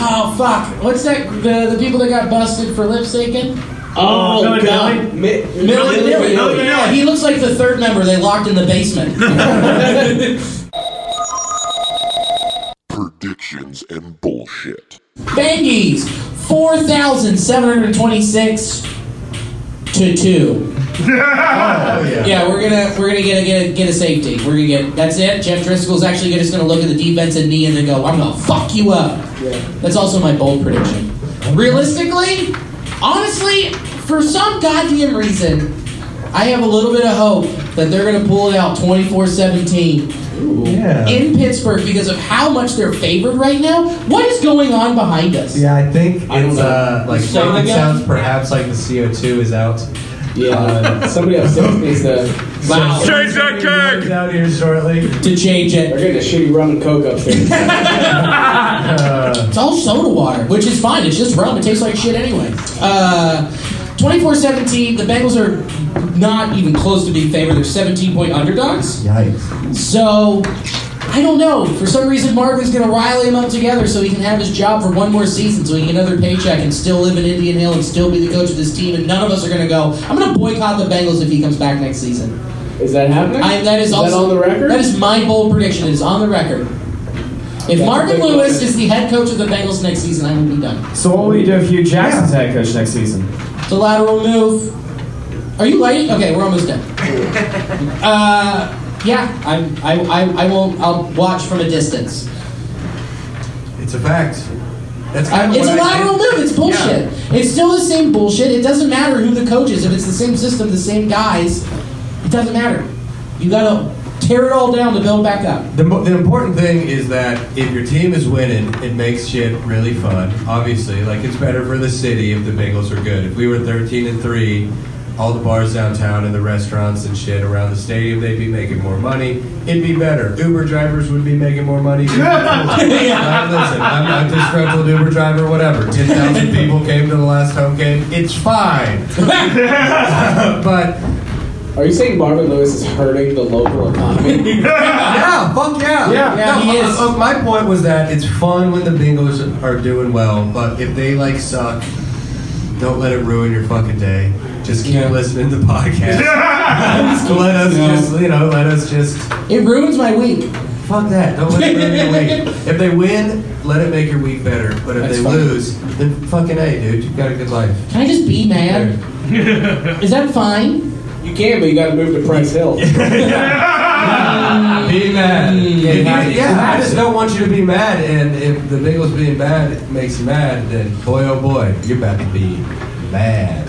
Oh fuck. What's that? The, the people that got busted for lip syncing. Oh, Milli God. Mi- Milli Vanilli. Yeah, he looks like the third member they locked in the basement. Predictions and bullshit. Bengies, 4,726 to 2. Yeah, we're gonna we're gonna get a get a, get a safety. We're gonna get that's it. Jeff Driscoll's actually just gonna look at the defense and me and then go, I'm gonna fuck you up. That's also my bold prediction. Realistically, honestly, for some goddamn reason, I have a little bit of hope that they're gonna pull it out 24-17 yeah. in Pittsburgh because of how much they're favored right now. What is going on behind us? Yeah, I think I don't it's know. uh, like Say it it again? sounds perhaps like the CO2 is out. Yeah. uh, Somebody upstairs needs to. Wow. Change that keg! Down here shortly. To change They're it. getting a shitty rum and coke upstairs. Uh, It's all soda water, which is fine. It's just rum. It tastes like shit anyway. Uh, 24-17, the Bengals are not even close to being favored. They're 17-point underdogs. yikes. So, I don't know. For some reason, Marvin's going to rile him up together so he can have his job for one more season, so he can get another paycheck and still live in Indian Hill and still be the coach of this team. And none of us are going to go, I'm going to boycott the Bengals if he comes back next season. Is that happening? I, that is, Is that also, on the record? That is my bold prediction. It is on the record. If That's a Marvin big Lewis one. is the head coach of the Bengals next season, I will be done. So what will you do if Hugh Jackson's head coach next season? It's a lateral move. Are you lighting? Okay, we're almost done. Uh, yeah, I'm, I, I, I won't. I'll watch from a distance. It's a fact. That's Uh, kind of it's a what I lateral think. move. It's bullshit. It's still the same bullshit. It doesn't matter who the coach is. If it's the same system, the same guys, it doesn't matter. You gotta tear it all down to build back up. The, mo- the important thing is that if your team is winning, it makes shit really fun. Obviously, like it's better for the city if the Bengals are good. If we were 13 and three, all the bars downtown and the restaurants and shit around the stadium, they'd be making more money. It'd be better. Uber drivers would be making more money. It'd be cool. Uh, listen, I'm a disgruntled Uber driver, whatever. 10,000 people came to the last home game. It's fine. but Are you saying Marvin Lewis is hurting the local economy? Yeah, fuck yeah. Yeah. Yeah, no, he uh, is. uh, my point was that it's fun when the Bengals are doing well, but if they like suck, don't let it ruin your fucking day. Just keep Yeah. listening to the podcast. let us just, you know, let us just It ruins my week. fuck that. Don't let it ruin your week. If they win, let it make your week better. But if That's they fine. lose, then fucking a, dude. You've got a good life. Can I just be mad? Is that fine? you can, but you gotta move to Price Hill. Be mad. you- yeah, I just don't want you to be mad. And if the Bengals being bad makes you mad, then boy, oh boy, you're about to be mad.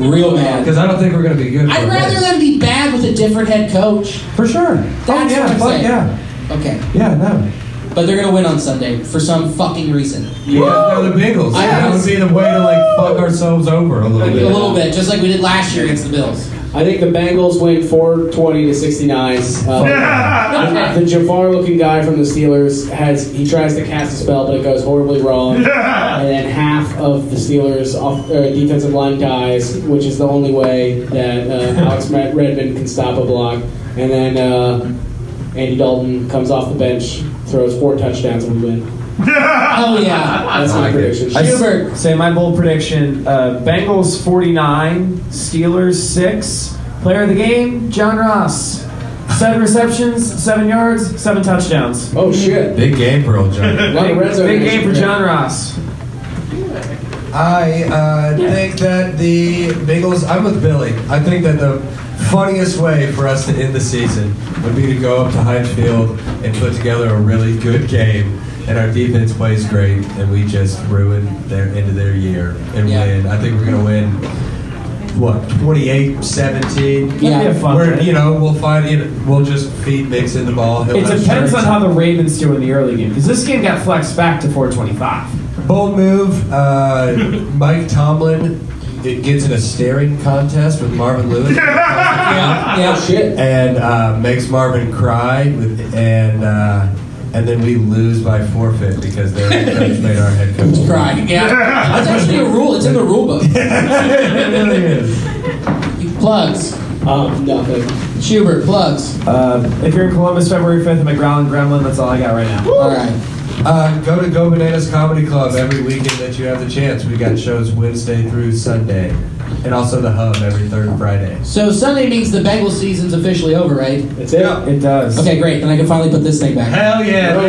Real mad. Because I don't think we're going to be good. for I'd a rather bit. them be bad with a different head coach. for sure. oh That's yeah, what I'm fuck saying. yeah, Okay. yeah, no. But they're gonna win on Sunday for some fucking reason. Yeah, no, the Bengals. I that haven't would be the way to like fuck ourselves over a little A bit. little bit, just like we did last year against the Bills. I think the Bengals win 420 to 69. Uh, Yeah. The Jafar looking guy from the Steelers has he tries to cast a spell, but it goes horribly wrong. Yeah. And then half of the Steelers off, uh, defensive line dies, which is the only way that uh, Alex Red- Redmond can stop a block. And then uh, Andy Dalton comes off the bench, throws four touchdowns, and we win. Oh yeah. That's my prediction. I s- say my bold prediction: uh, Bengals 49, Steelers 6. Player of the game: John Ross. Seven receptions, seven yards, seven touchdowns. Oh shit! Big game for old John. Lot of red zone Big action. game for John Ross. I uh, think that the Bengals. I'm with Billy. I think that the funniest way for us to end the season would be to go up to Heinz Field and put together a really good game. And our defense plays great, and we just ruin their end of their year and Yeah. win. I think we're gonna win. What 28 17? Yeah. That'd be a fun We're, one. you know, we'll find you know, we'll just feed Mixon the ball. He'll It have depends on shirts. how the Ravens do in the early game because this game got flexed back to 425. Bold move. Uh, Mike Tomlin it gets in a staring contest with Marvin Lewis. Yeah. Yeah. Shit. And uh, makes Marvin cry, with, and uh, and then we lose by forfeit because their head coach made our head coach Cry. Yeah. That's actually a rule. It's in the rule book. It really is. Plugs. Um, nothing. Schubert. Plugs. Uh, if you're in Columbus, February 5th, at McGraw and Gremlin, that's all I got right now. All right. Uh, go to Go Bananas Comedy Club every weekend that you have the chance. We got shows Wednesday through Sunday, and also the Hub every third Friday. So Sunday means the Bengal season's officially over, right? That's it. It does. Okay, great. Then I can finally put this thing back. Hell yeah!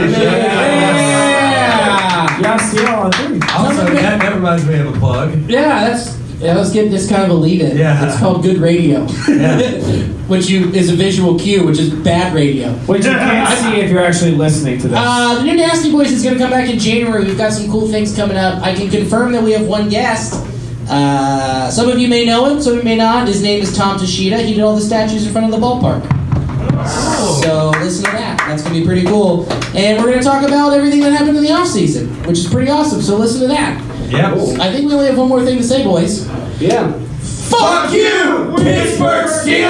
Yeah. Yeah, see y'all on three. Also, that, that reminds me of a plug. Yeah, that's. Yeah, let's get this kind of a lead in. Yeah. It's called good radio, which you is a visual cue, which is bad radio. Which you can't see if you're actually listening to this. Uh, the new Nasty Boys is going to come back in January. We've got some cool things coming up. I can confirm that we have one guest. Uh, some of you may know him, some of you may not. His name is Tom Toshida. He did all the statues in front of the ballpark. So listen to that. That's going to be pretty cool. And we're going to talk about everything that happened in the offseason, which is pretty awesome. So listen to that. Yeah. I think we only have one more thing to say, boys. Yeah. Fuck you, Pittsburgh Steelers!